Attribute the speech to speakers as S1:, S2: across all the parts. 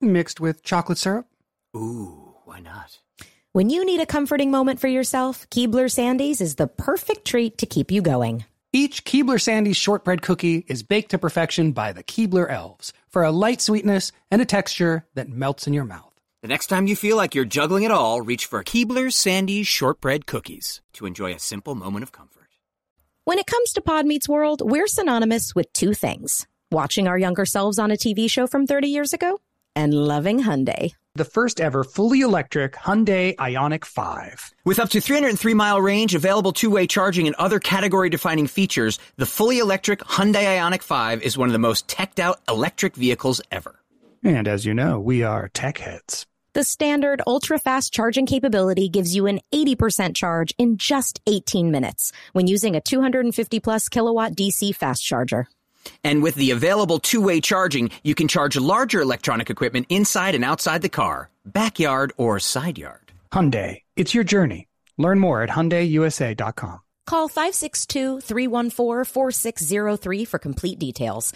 S1: Mixed with chocolate syrup?
S2: Ooh, why not?
S3: When you need a comforting moment for yourself, Keebler Sandies is the perfect treat to keep you going.
S1: Each Keebler Sandy's shortbread cookie is baked to perfection by the Keebler Elves for a light sweetness and a texture that melts in your mouth.
S2: The next time you feel like you're juggling it all, reach for Keebler Sandy's shortbread cookies to enjoy a simple moment of comfort.
S3: When it comes to Pod Meets World, we're synonymous with two things watching our younger selves on a TV show from 30 years ago and loving Hyundai.
S1: The first ever fully electric Hyundai Ionic 5.
S2: With up to 303 mile range, available two way charging, and other category defining features, the fully electric Hyundai Ionic 5 is one of the most teched out electric vehicles ever.
S1: And as you know, we are tech heads.
S3: The standard ultra fast charging capability gives you an 80% charge in just 18 minutes when using a 250 plus kilowatt DC fast charger.
S2: And with the available two way charging, you can charge larger electronic equipment inside and outside the car, backyard or side yard.
S1: Hyundai, it's your journey. Learn more at HyundaiUSA.com.
S3: Call 562 314 4603 for complete details.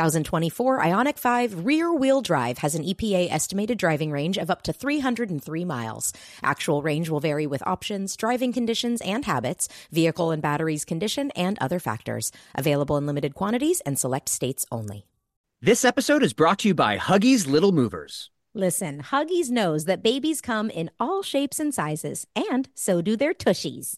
S3: 2024 Ionic 5 rear wheel drive has an EPA estimated driving range of up to 303 miles. Actual range will vary with options, driving conditions and habits, vehicle and batteries condition, and other factors. Available in limited quantities and select states only.
S2: This episode is brought to you by Huggies Little Movers.
S3: Listen, Huggies knows that babies come in all shapes and sizes, and so do their tushies.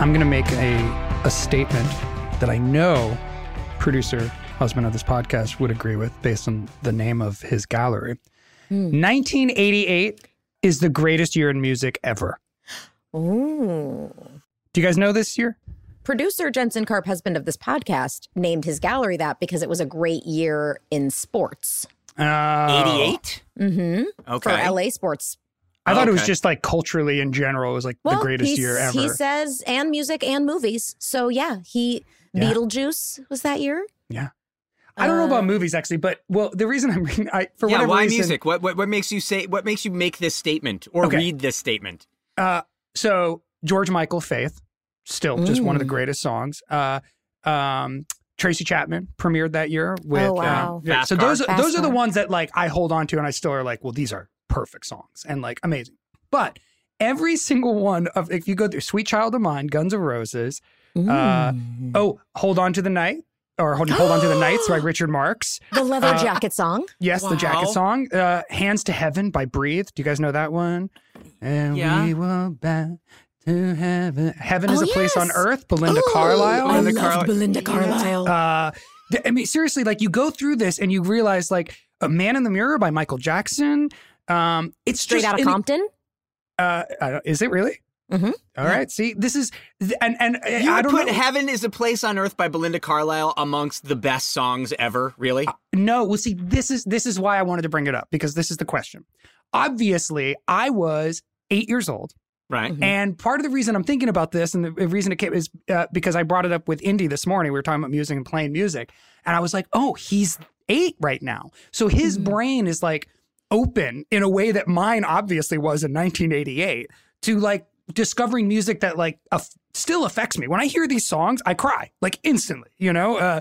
S1: I'm going to make a, a statement that I know producer, husband of this podcast, would agree with based on the name of his gallery.
S3: Hmm.
S1: 1988 is the greatest year in music ever.
S3: Ooh.
S1: Do you guys know this year?
S3: Producer Jensen Karp, husband of this podcast, named his gallery that because it was a great year in sports
S1: Oh.
S3: mm-hmm. for
S2: Okay.
S3: LA sports.
S1: I thought it was
S2: Okay.
S1: just like culturally in general. It was like
S3: Well,
S1: the greatest
S3: he's-
S1: year ever.
S3: He says, and music and movies. So yeah, he
S1: Yeah.
S3: Beetlejuice was that year.
S1: I don't know
S3: uh,
S1: about movies actually, but well, the reason I'm bringing, I for
S2: yeah,
S1: whatever
S2: why
S1: reason,
S2: music? What, what what makes you say what makes you make this statement or
S1: Okay.
S2: read this statement?
S1: Uh, so George Michael Faith, still just one of the
S3: Mm.
S1: greatest songs. Uh, um, Tracy Chapman premiered that year with.
S3: Oh,
S1: um,
S3: wow.
S1: yeah,
S2: Fast
S1: so those
S3: Car.
S1: are, those
S3: Fast
S1: are the
S3: Car.
S1: ones that like I hold on to, and I still are like, well, these are perfect songs and like amazing. But every single one of if you go through Sweet Child of Mine, Guns of Roses, Uh,
S3: Mm.
S1: oh, Hold On to the Night, or Hold, hold On to the Nights by Richard Marx.
S3: the leather
S1: uh,
S3: jacket song.
S1: Yes, the jacket
S2: Wow.
S1: song. Uh, Hands to Heaven by Breathe. Do you guys know that one? And
S2: Yeah.
S1: we will back to heaven. Heaven is
S3: Oh,
S1: a place on
S3: yes.
S1: earth. Belinda
S3: Ooh,
S1: Carlisle.
S3: Oh, I
S2: Belinda
S3: loved
S2: Carli-
S3: Belinda
S2: Yeah.
S3: Carlisle.
S1: Uh, th- I mean, seriously, like you go through this and you realize, like, A Man in the Mirror by Michael Jackson. Um, it's
S3: Straight
S1: just
S3: out of
S1: an-
S3: Compton.
S1: Uh, I don't, is it really?
S3: Mhm.
S1: All right. See, this is th- and and uh,
S2: You
S1: I
S2: would
S1: don't
S2: put
S1: know.
S2: Heaven is a Place on Earth by Belinda Carlisle amongst the best songs ever, really?
S1: Uh, No, well, see, this is this is why I wanted to bring it up because this is the question. Obviously, I was eight years old.
S2: right.
S3: Mhm.
S1: And part of the reason I'm thinking about this and the reason it came is uh, because I brought it up with Indy this morning. We were talking about music and playing music. And I was like, oh, he's eight right now. So his
S3: Mhm.
S1: brain is like open in a way that mine obviously was in 1988 to like discovering music that like aff- still affects me. When I hear these songs, I cry like instantly, you know? Uh,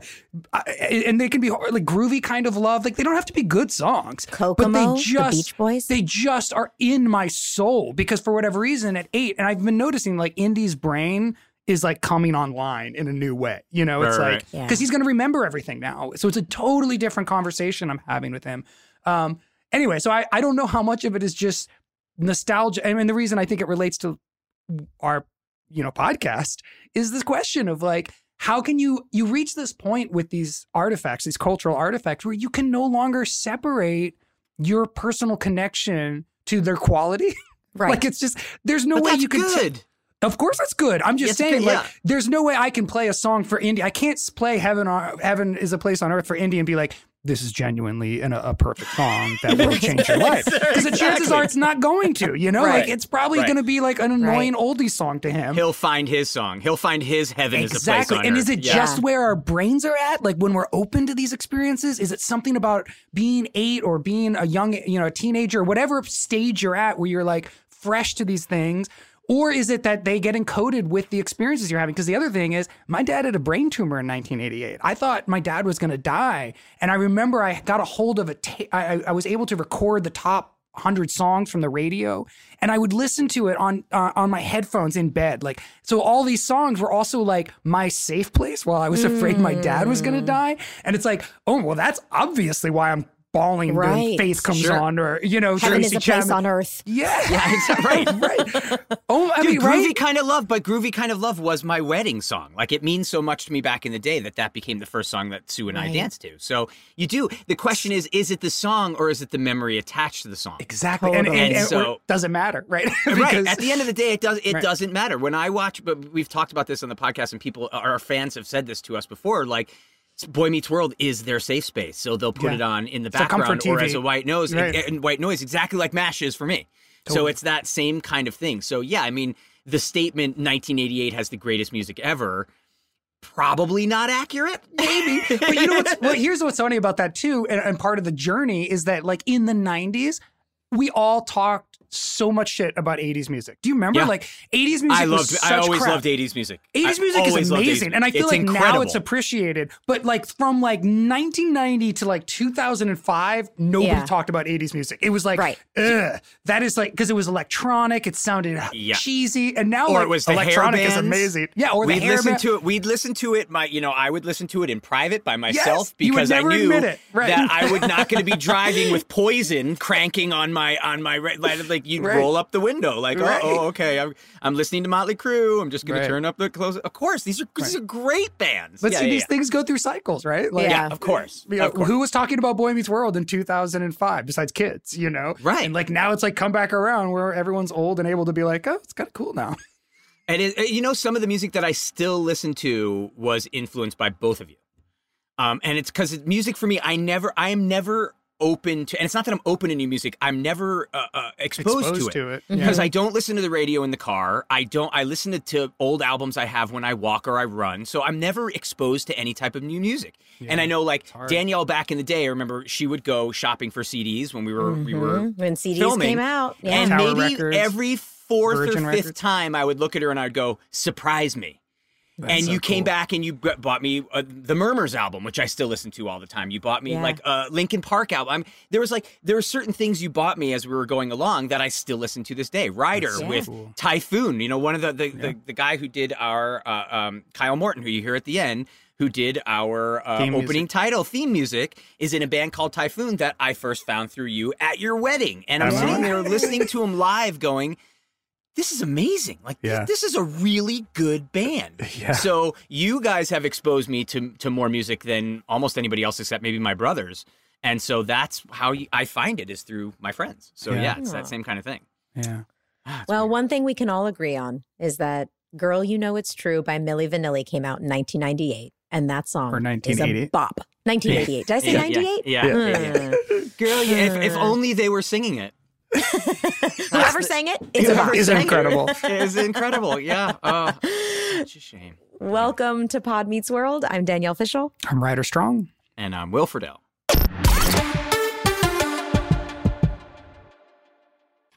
S1: I- and they can be hard- like groovy kind of love. Like they don't have to be good songs.
S3: Kokomo,
S1: but they
S3: the
S1: just,
S3: Beach Boys?
S1: They just are in my soul because for whatever reason at eight, and I've been noticing like Indy's brain is like coming online in a new way. You know, it's
S2: Right, right,
S1: like,
S3: right. Yeah.
S1: because he's going to remember everything now. So it's a totally different conversation I'm having with him. Um, anyway, so I, I don't know how much of it is just nostalgia. I mean, the reason I think it relates to our you know podcast is this question of like how can you you reach this point with these artifacts these cultural artifacts where you can no longer separate your personal connection to their quality
S3: Right.
S1: like it's just there's no
S2: But
S1: way
S2: that's
S1: you can t-
S2: good.
S1: of course that's good i'm just
S2: Yes, it
S1: saying
S2: can-
S1: like
S2: yeah.
S1: there's no way i can play a song for indie i can't s- play heaven on heaven is a place on earth for indie and be like this is genuinely an, a, a perfect song that will change your life because the chances
S2: Exactly.
S1: are it's not going to you know
S2: Right.
S1: like it's probably
S2: Right.
S1: going to be like an annoying oldie song to him
S2: He'll find his song. He'll find his heaven is a place
S1: Exactly.
S2: on
S1: And
S2: earth.
S1: is it
S2: Yeah.
S1: just where our brains are at? Like when we're open to these experiences, is it something about being eight or being a young, you know, a teenager, whatever stage you're at where you're like fresh to these things? Or is it that they get encoded with the experiences you're having? Because the other thing is, my dad had a brain tumor in 1988. I thought my dad was going to die. And I remember I got a hold of a ta- I, I- I was able to record the top 100 songs from the radio and i would listen to it on uh, on my headphones in bed like so all these songs were also like my safe place while i was afraid my dad was
S3: Mm.
S1: going to die and it's like oh well that's obviously why i'm bawling when
S3: Right.
S1: faith comes
S2: Sure.
S1: on or you know
S3: Heaven is
S1: Tracy
S3: a place
S1: Chapman.
S3: on earth.
S1: yeah,
S2: right.
S1: right oh i
S2: Dude,
S1: mean
S2: groovy
S1: right
S2: kind of love, but groovy kind of love was my wedding song. Like it means so much to me back in the day that that became the first song that Sue and I
S3: Right.
S2: danced to. So you do. The question is, is it the song or is it the memory attached to the song?
S1: exactly and, and,
S3: Totally.
S1: and,
S2: And so-
S1: it doesn't matter right
S2: right.
S1: Because-
S2: At the end of the day, it does. It
S1: Right.
S2: doesn't matter. When I watch, but we've talked about this on the podcast, and people, our fans, have said this to us before. Like, Boy Meets World is their safe space, so they'll put
S1: Yeah.
S2: it on in the
S1: It's a comfort
S2: background or
S1: TV.
S2: as a white noise and,
S1: Right.
S2: and white noise, exactly like Mash is for me. So
S1: Totally.
S2: it's that same kind of thing. So yeah, I mean, the statement "1988 has the greatest music ever." Probably not accurate. Maybe.
S1: but you know what's well, here's what's funny about that too, and, and part of the journey is that like in the '90s, we all talked so much shit about '80s music. Do you remember
S2: Yeah.
S1: like '80s music?
S2: I
S1: was
S2: loved.
S1: Such
S2: I always
S1: crap.
S2: loved 80s music.
S1: 80s
S2: I
S1: music
S2: always
S1: is
S2: loved 80s
S1: amazing, and I feel
S2: It's
S1: like now
S2: incredible.
S1: it's appreciated. But like from like 1990 to like 2005, nobody
S3: Yeah.
S1: talked about 80s music. It was like,
S3: Right.
S1: ugh, that is like because it was electronic. It sounded
S2: Yeah.
S1: cheesy, and now
S2: or
S1: like,
S2: it was the
S1: electronic
S2: hair
S1: is
S2: bands.
S1: amazing. Yeah, or
S2: we'd
S1: the hair
S2: listen
S1: band.
S2: to it. We'd listen to it. My, you know, I would listen to it in private by myself
S1: you would
S2: because I
S1: never
S2: knew
S1: admit it. Right.
S2: that I was not going to be driving with poison cranking on my on my re- like like, you'd
S1: Right.
S2: roll up the window like
S1: Right.
S2: oh, oh, okay I'm I'm listening to Motley Crue I'm just going
S1: Right.
S2: to turn up the close of course these are these are great bands
S1: But
S2: yeah,
S1: see,
S2: yeah,
S1: these
S2: yeah.
S1: things go through cycles, right? Like,
S3: Yeah.
S2: Yeah, of course
S1: You know,
S2: of course.
S1: who was talking about Boy Meets World in 2005 besides kids, you know?
S2: Right.
S1: And like now it's like come back around where everyone's old and able to be like, oh, it's kind of cool now.
S2: And it, you know, some of the music that I still listen to was influenced by both of you. Um, and it's because music for me, I never, I am never open to, and it's not that I'm open to new music. I'm never uh, uh, exposed,
S1: Exposed
S2: to it
S1: to it.
S2: because I don't listen to the radio in the car. I don't. I listen to, to old albums I have when I walk or I run. So I'm never exposed to any type of new music. And I know, like Danielle, back in the day, I remember she would go shopping for CDs when we were we were
S3: Mhm. When CDs
S2: filming.
S3: came out. Yeah.
S2: and
S1: Tower
S2: maybe
S1: Records,
S2: every fourth
S1: Virgin
S2: or fifth
S1: Records.
S2: time, I would look at her and I'd go, "Surprise me." and
S1: so
S2: you came
S1: cool.
S2: back and you b- bought me uh, the Murmurs album, which I still listen to all the time. You bought me
S3: Yeah.
S2: like a Lincoln Park album. I'm, there was like there were certain things you bought me as we were going along that I still listen to this day. Rider
S3: so
S2: with
S1: cool.
S2: Typhoon, you know, one of the the, the, the guy who did our uh, um, Kyle Morton, who you hear at the end, who did our uh,
S1: Theme
S2: opening
S1: music.
S2: title theme music, is in a band called Typhoon that I first found through you at your wedding, and I'm
S1: Wow.
S2: sitting there listening to him live, going this is amazing. Like th-
S1: Yeah.
S2: this is a really good band.
S1: Yeah.
S2: So you guys have exposed me to to more music than almost anybody else except maybe my brothers. And so that's how you, I find it is through my friends. So
S1: Yeah.
S2: yeah, it's that same kind of thing.
S1: Yeah.
S2: Ah, it's
S3: Well,
S2: weird.
S3: one thing we can all agree on is that Girl You Know It's True by Milli Vanilli came out in 1998. And that song
S1: Or
S3: is
S1: 1988.
S3: a bop. 1988. Did I say
S2: Yeah,
S3: 98?
S2: Yeah. yeah, yeah, yeah.
S3: Mm.
S2: Girl, yeah, if, if only they were singing it.
S3: Whoever sang it, it's a bop.
S1: Is it incredible?
S2: It's incredible. Yeah. Oh, such a shame.
S3: Welcome to Pod Meets World. I'm Danielle Fishel.
S1: I'm Ryder Strong.
S2: And um, I'm Wilfred L.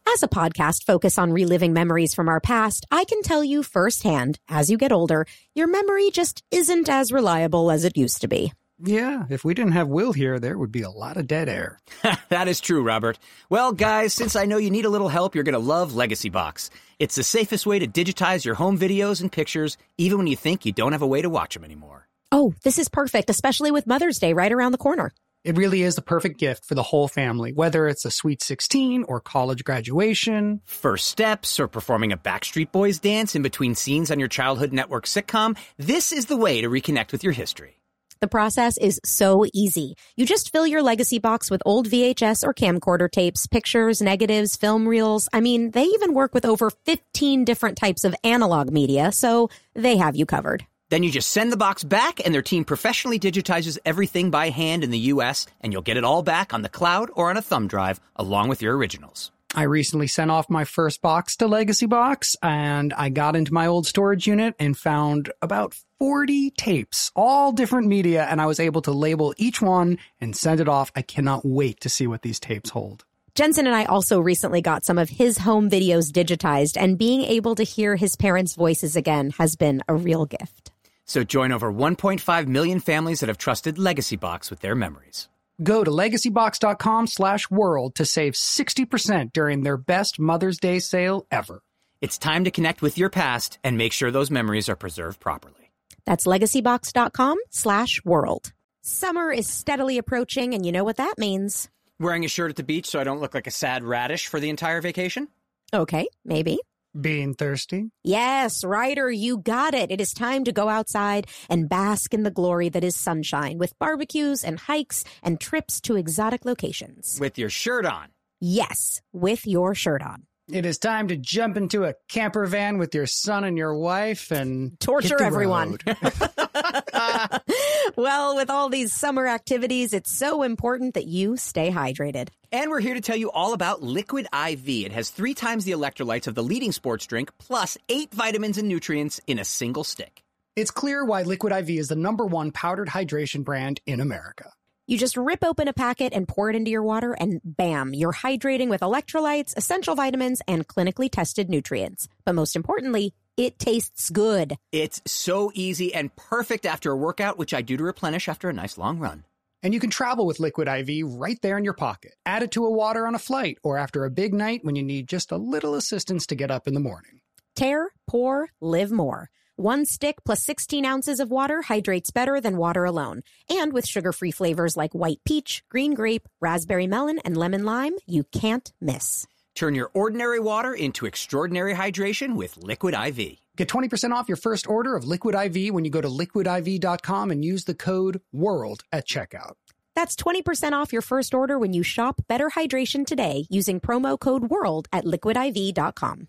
S3: As a podcast focused on reliving memories from our past, I can tell you firsthand, as you get older, your memory just isn't as reliable as it used to be.
S1: Yeah, if we didn't have Will here, there would be a lot of dead air.
S2: that is true, Robert. Well, guys, since I know you need a little help, you're going to love Legacy Box. It's the safest way to digitize your home videos and pictures, even when you think you don't have a way to watch them anymore.
S3: Oh, this is perfect, especially with Mother's Day right around the corner.
S1: It really is the perfect gift for the whole family, whether it's a sweet 16 or college graduation.
S2: First steps or performing a Backstreet Boys dance in between scenes on your childhood network sitcom, this is the way to reconnect with your history.
S3: The process is so easy. You just fill your legacy box with old VHS or camcorder tapes, pictures, negatives, film reels. I mean, they even work with over 15 different types of analog media, so they have you covered.
S2: Then you just send the box back, and their team professionally digitizes everything by hand in the US, and you'll get it all back on the cloud or on a thumb drive along with your originals.
S1: I recently sent off my first box to Legacy Box, and I got into my old storage unit and found about 40 tapes, all different media, and I was able to label each one and send it off. I cannot wait to see what these tapes hold.
S3: Jensen and I also recently got some of his home videos digitized, and being able to hear his parents' voices again has been a real gift.
S2: So join over 1.5 million families that have trusted Legacy Box with their memories.
S1: Go to legacybox.com slash world to save 60% during their best Mother's Day sale ever.
S2: It's time to connect with your past and make sure those memories are preserved properly.
S3: That's legacybox.com slash world. Summer is steadily approaching, and you know what that means.
S2: Wearing a shirt at the beach so I don't look like a sad radish for the entire vacation?
S3: Okay, maybe.
S1: Being thirsty?
S3: Yes, Ryder, you got it. It is time to go outside and bask in the glory that is sunshine with barbecues and hikes and trips to exotic locations.
S2: With your shirt on.
S3: Yes, with your shirt on.
S1: It is time to jump into a camper van with your son and your wife and
S3: Torture
S1: hit the
S3: everyone.
S1: road.
S3: well, with all these summer activities, it's so important that you stay hydrated.
S2: And we're here to tell you all about Liquid IV. It has three times the electrolytes of the leading sports drink, plus eight vitamins and nutrients in a single stick.
S1: It's clear why Liquid IV is the number one powdered hydration brand in America.
S3: You just rip open a packet and pour it into your water, and bam, you're hydrating with electrolytes, essential vitamins, and clinically tested nutrients. But most importantly, it tastes good.
S2: It's so easy and perfect after a workout, which I do to replenish after a nice long run.
S1: And you can travel with Liquid IV right there in your pocket. Add it to a water on a flight or after a big night when you need just a little assistance to get up in the morning.
S3: Tear, pour, live more. One stick plus 16 ounces of water hydrates better than water alone. And with sugar free flavors like white peach, green grape, raspberry melon, and lemon lime, you can't miss.
S2: Turn your ordinary water into extraordinary hydration with Liquid IV.
S1: Get 20% off your first order of Liquid IV when you go to liquidiv.com and use the code WORLD at checkout.
S3: That's 20% off your first order when you shop Better Hydration today using promo code WORLD at liquidiv.com.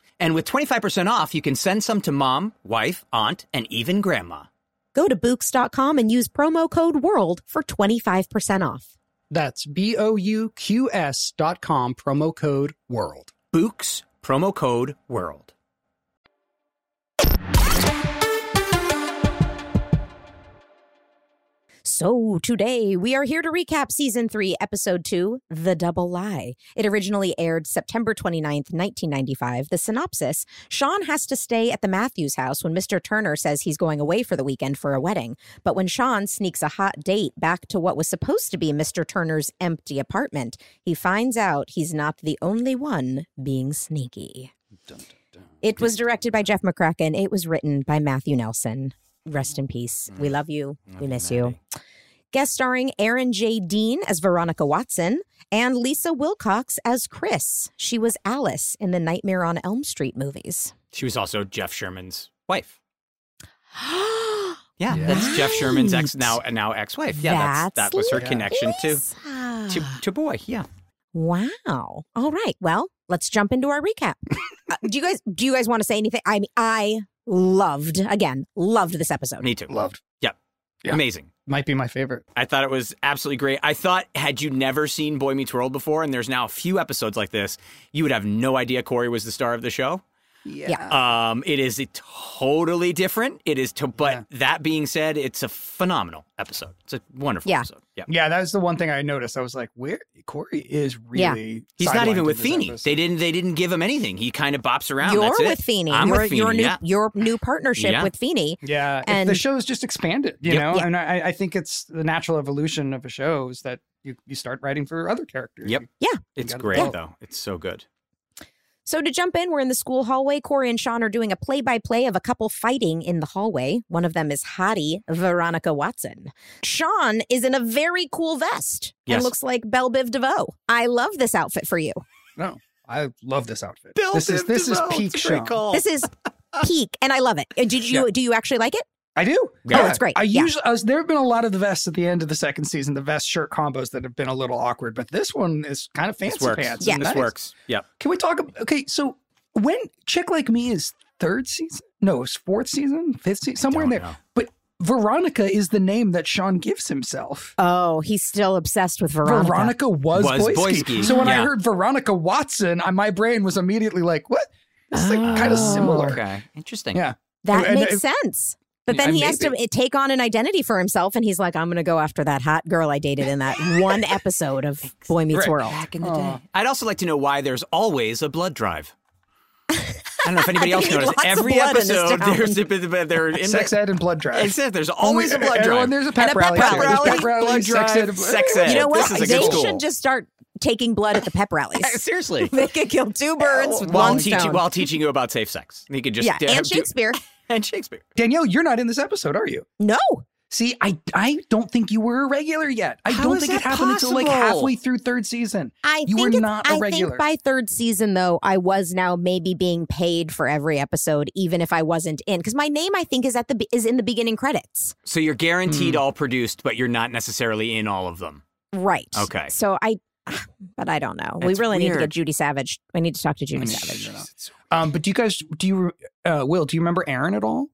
S2: And with 25% off, you can send some to mom, wife, aunt, and even grandma.
S3: Go to Books.com and use promo code WORLD for 25% off.
S1: That's B O U Q S dot com, promo code WORLD.
S2: Books, promo code WORLD.
S3: So So, today we are here to recap season three, episode two, The Double Lie. It originally aired September 29th, 1995. The synopsis Sean has to stay at the Matthews house when Mr. Turner says he's going away for the weekend for a wedding. But when Sean sneaks a hot date back to what was supposed to be Mr. Turner's empty apartment, he finds out he's not the only one being sneaky. It was directed by Jeff McCracken. It was written by Matthew Nelson. Rest in peace. We Mm. love you. We miss you. Guest starring Aaron J. Dean as Veronica Watson and Lisa Wilcox as Chris. She was Alice in the Nightmare on Elm Street movies.
S2: She was also Jeff Sherman's wife. Yeah, that's Jeff Sherman's ex now now ex wife. Yeah, that's,
S3: That's
S2: that was her
S3: Lisa.
S2: connection to, to to boy. Yeah,
S3: Wow. All right. Well, let's jump into our recap. Uh, do you guys do you guys want to say anything? I mean, I loved again, loved this episode.
S2: me too.
S1: Loved.
S2: Yep,
S1: Yeah.
S2: amazing.
S1: Might be my favorite.
S2: I thought it was absolutely great. I thought had you never seen Boy Meets World before, and there's now a few episodes like this, you would have no idea Corey was the star of the show.
S3: Yeah.
S2: Um, it is totally different. It is, to, but that being said, it's a phenomenal episode. It's a wonderful
S3: Yeah.
S2: episode. Yeah,
S1: Yeah, that was the one thing I noticed. I was like, where Corey is
S3: Yeah.
S1: really.
S2: he's not
S1: sidelined
S2: even
S1: in
S2: with
S1: this
S2: Feeney.
S1: episode.
S2: They didn't. They didn't give him anything. He kind of bops around.
S3: You're
S2: That's it.
S3: with Feeney.
S2: I'm
S3: your,
S2: with Feeney.
S3: your new
S2: yeah.
S3: your new partnership
S2: Yeah.
S3: with Feeney.
S1: Yeah, if
S3: And-
S1: the show's just expanded, you
S2: Yep.
S1: know,
S3: Yeah.
S1: and I, I think it's the natural evolution of a show is that you, you start writing for other characters.
S2: Yep.
S3: Yeah.
S2: It's
S1: You gotta
S2: great
S1: go.
S2: though. It's so good.
S3: So to jump in, we're in the school hallway. Corey and Sean are doing a play-by-play of a couple fighting in the hallway. One of them is hottie Veronica Watson. Sean is in a very cool vest and
S2: Yes.
S3: looks like Belle Biv DeVoe. I love this outfit for you.
S1: No, I love this outfit. this is this is peak show.
S3: This is peak, and I love it. And Did you do you actually like it?
S1: I do.
S2: Yeah.
S3: Oh, it's great.
S1: I
S3: Yeah.
S1: usually I was, there have been a lot of the vests at the end of the second season, the vest shirt combos that have been a little awkward, but this one is kind of fancy
S2: This works.
S1: pants.
S3: Yeah.
S1: and
S2: This
S1: nice.
S2: works. Yep.
S1: Can we talk? ab- Okay, so when Chick Like Me is third season? No, it's fourth season, fifth season, somewhere in
S2: Don't
S1: there.
S2: know.
S1: But Veronica is the name that Sean gives himself.
S3: Oh, he's still obsessed with Veronica.
S1: Veronica, was,
S2: Was
S1: Boyski.
S2: Boyski,
S1: So when I
S2: yeah.
S1: heard Veronica Watson, I, my brain was immediately like, "What? It's like kind of
S3: Oh.
S1: similar."
S2: Okay. Interesting.
S1: Yeah.
S3: That
S1: And-
S3: makes
S1: and-
S3: sense. But
S1: Yeah,
S3: then he has to eh,
S1: maybe.
S3: take on an identity for himself, and he's like, "I'm going to go after that hot girl I dated in that one episode of Boy Meets
S2: Right.
S3: World."
S2: in the
S1: Oh,
S2: day. I'd also like to know why there's always a blood drive. I don't know if anybody else
S3: There's
S2: noticed.
S3: lots of
S2: Every
S3: blood in this
S2: episode,
S3: town.
S2: there's a bit of there. in
S1: Sex
S2: the-
S1: ed and blood drive.
S2: It says there's always a blood
S1: Everyone,
S2: drive.
S1: there's a pep
S3: And a
S1: rally.
S3: pep
S1: too.
S3: rally,
S1: There's pep rally,
S2: blood
S1: sex
S2: drive,
S1: ed,
S2: sex ed.
S3: You know what?
S2: This is a
S3: they
S2: good school.
S3: should just start taking blood at the pep rallies.
S2: Seriously.
S3: they could kill two birds with
S2: While
S3: one
S2: teaching,
S3: stone.
S2: while teaching you about safe sex, you could just
S3: yeah,
S2: do-
S3: and
S2: do-
S3: Shakespeare.
S2: and Shakespeare.
S1: Danielle, you're not in this episode, are you?
S3: No,
S1: See, I I don't think you were a regular yet. I
S2: How
S1: don't
S2: is
S1: think it
S2: that
S1: happened until like
S2: possible?
S1: halfly through third season.
S3: I
S1: You
S3: think
S1: were
S3: it's-
S1: not a
S3: I
S1: regular.
S3: think by third season, though, I was now maybe being paid for every episode, even if I wasn't in, because my name I think is at the be- is in the beginning credits.
S2: So you're guaranteed
S1: Hmm.
S2: all produced, but you're not necessarily in all of them.
S3: Right.
S2: Okay.
S3: So I, but I don't know. we
S2: That's
S3: really need to
S2: weird.
S3: get Judy Savage. I need to talk to Judy
S1: Mm.
S3: Savage.
S1: Um, but do you guys do you re- uh, Will? Do you remember Aaron at all?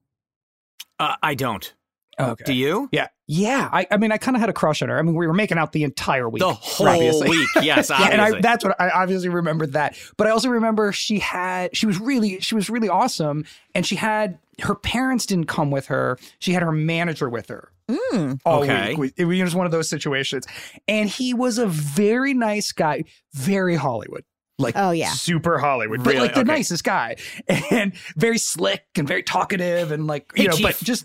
S2: Uh, I don't.
S1: Okay.
S2: Oh, Do you?
S1: yeah, yeah. I, I mean, I kind of had a crush on her. I mean, we were making out the entire week,
S2: The whole
S1: obviously.
S2: week. Yes.
S1: Yeah, and I,
S2: obviously.
S1: that's what I obviously remember that. But I also remember she had she was really she was really awesome, and she had her parents didn't come with her. She had her manager with her
S3: Mm.
S1: all
S2: Okay.
S1: week. We- It was one of those situations, and he was a very nice guy, very Hollywood. Like
S3: Oh, yeah.
S1: super Hollywood, but
S2: Really?
S1: like the
S2: Okay.
S1: nicest guy, and very slick and very talkative, and like you
S2: Hey,
S1: know, but
S2: Chief.
S1: just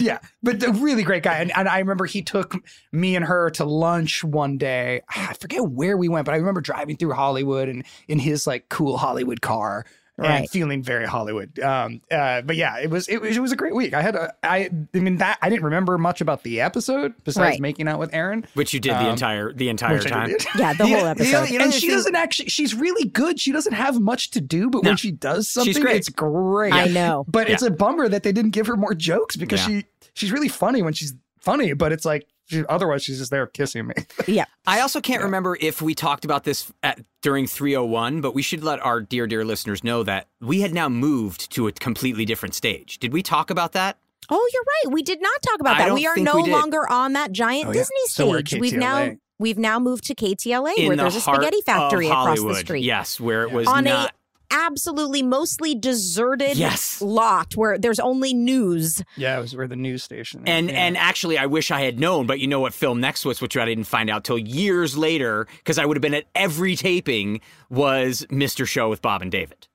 S1: yeah, but a really great guy. And, and I remember he took me and her to lunch one day. Ah, I forget where we went, but I remember driving through Hollywood and in his like cool Hollywood car.
S3: Right.
S1: And feeling very Hollywood, um, uh, but yeah, it was it was it was a great week. I had a I I mean that I didn't remember much about the episode besides
S3: Right.
S1: making out with Aaron.
S2: Which you did the entire the entire
S1: Um, which I
S2: time.
S1: did.
S3: Yeah, the whole episode.
S2: you know,
S1: and
S2: the
S1: she
S2: thing-
S1: doesn't actually. She's really good. She doesn't have much to do, but
S2: No.
S1: when she does something,
S2: great.
S1: it's great.
S3: I know.
S1: But it's a bummer that they didn't give her more jokes because
S2: Yeah.
S1: she she's really funny when she's funny, but it's like she, otherwise she's just there kissing me.
S3: Yeah.
S2: I also can't remember if we talked about this at, during 301, but we should let our dear, dear listeners know that we had now moved to a completely different stage. Did we talk about that?
S3: Oh, you're right. We did not talk about
S2: I
S3: that.
S2: don't
S3: We are
S2: think
S3: no
S2: we did.
S3: longer on that giant
S1: Oh, yeah.
S3: Disney
S1: So we're at
S3: stage. we've now
S1: KTLA.
S3: we've now moved to KTLA,
S2: In
S3: where
S2: the
S3: there's a
S2: heart
S3: spaghetti
S2: of
S3: factory across the
S2: Hollywood.
S3: street.
S2: Yes, where it was
S3: On a-
S2: not
S3: absolutely mostly deserted
S2: Yes.
S3: lot where there's only news.
S1: Yeah, it was where the news station. is.
S2: And
S1: Yeah.
S2: and actually, I wish I had known. But you know what, Phil Nexwitz, which I didn't find out till years later, because I would have been at every taping, was Mr. Show with Bob and David.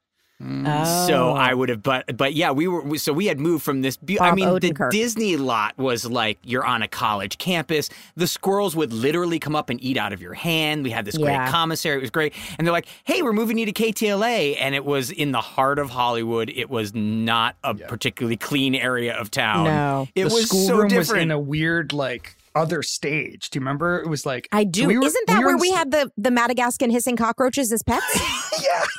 S1: Mm,
S3: Oh.
S2: So I would have, but but yeah, we were. So we had moved from this. Be- I
S3: Bob
S2: mean, the
S3: Odenkirk.
S2: Disney lot was like you're on a college campus. The squirrels would literally come up and eat out of your hand. We had this great
S3: Yeah.
S2: commissary. It was great. And they're like, "Hey, we're moving you to KTLA," and it was in the heart of Hollywood. It was not a particularly clean area of town.
S3: No.
S2: it
S1: the
S2: was so
S1: schoolroom was
S2: different.
S1: in a weird like other stage. Do you remember? It was like
S3: I do.
S1: we were-
S3: Isn't that
S1: were
S3: where
S1: in
S3: we
S1: s-
S3: had the the Madagascan hissing cockroaches as pets?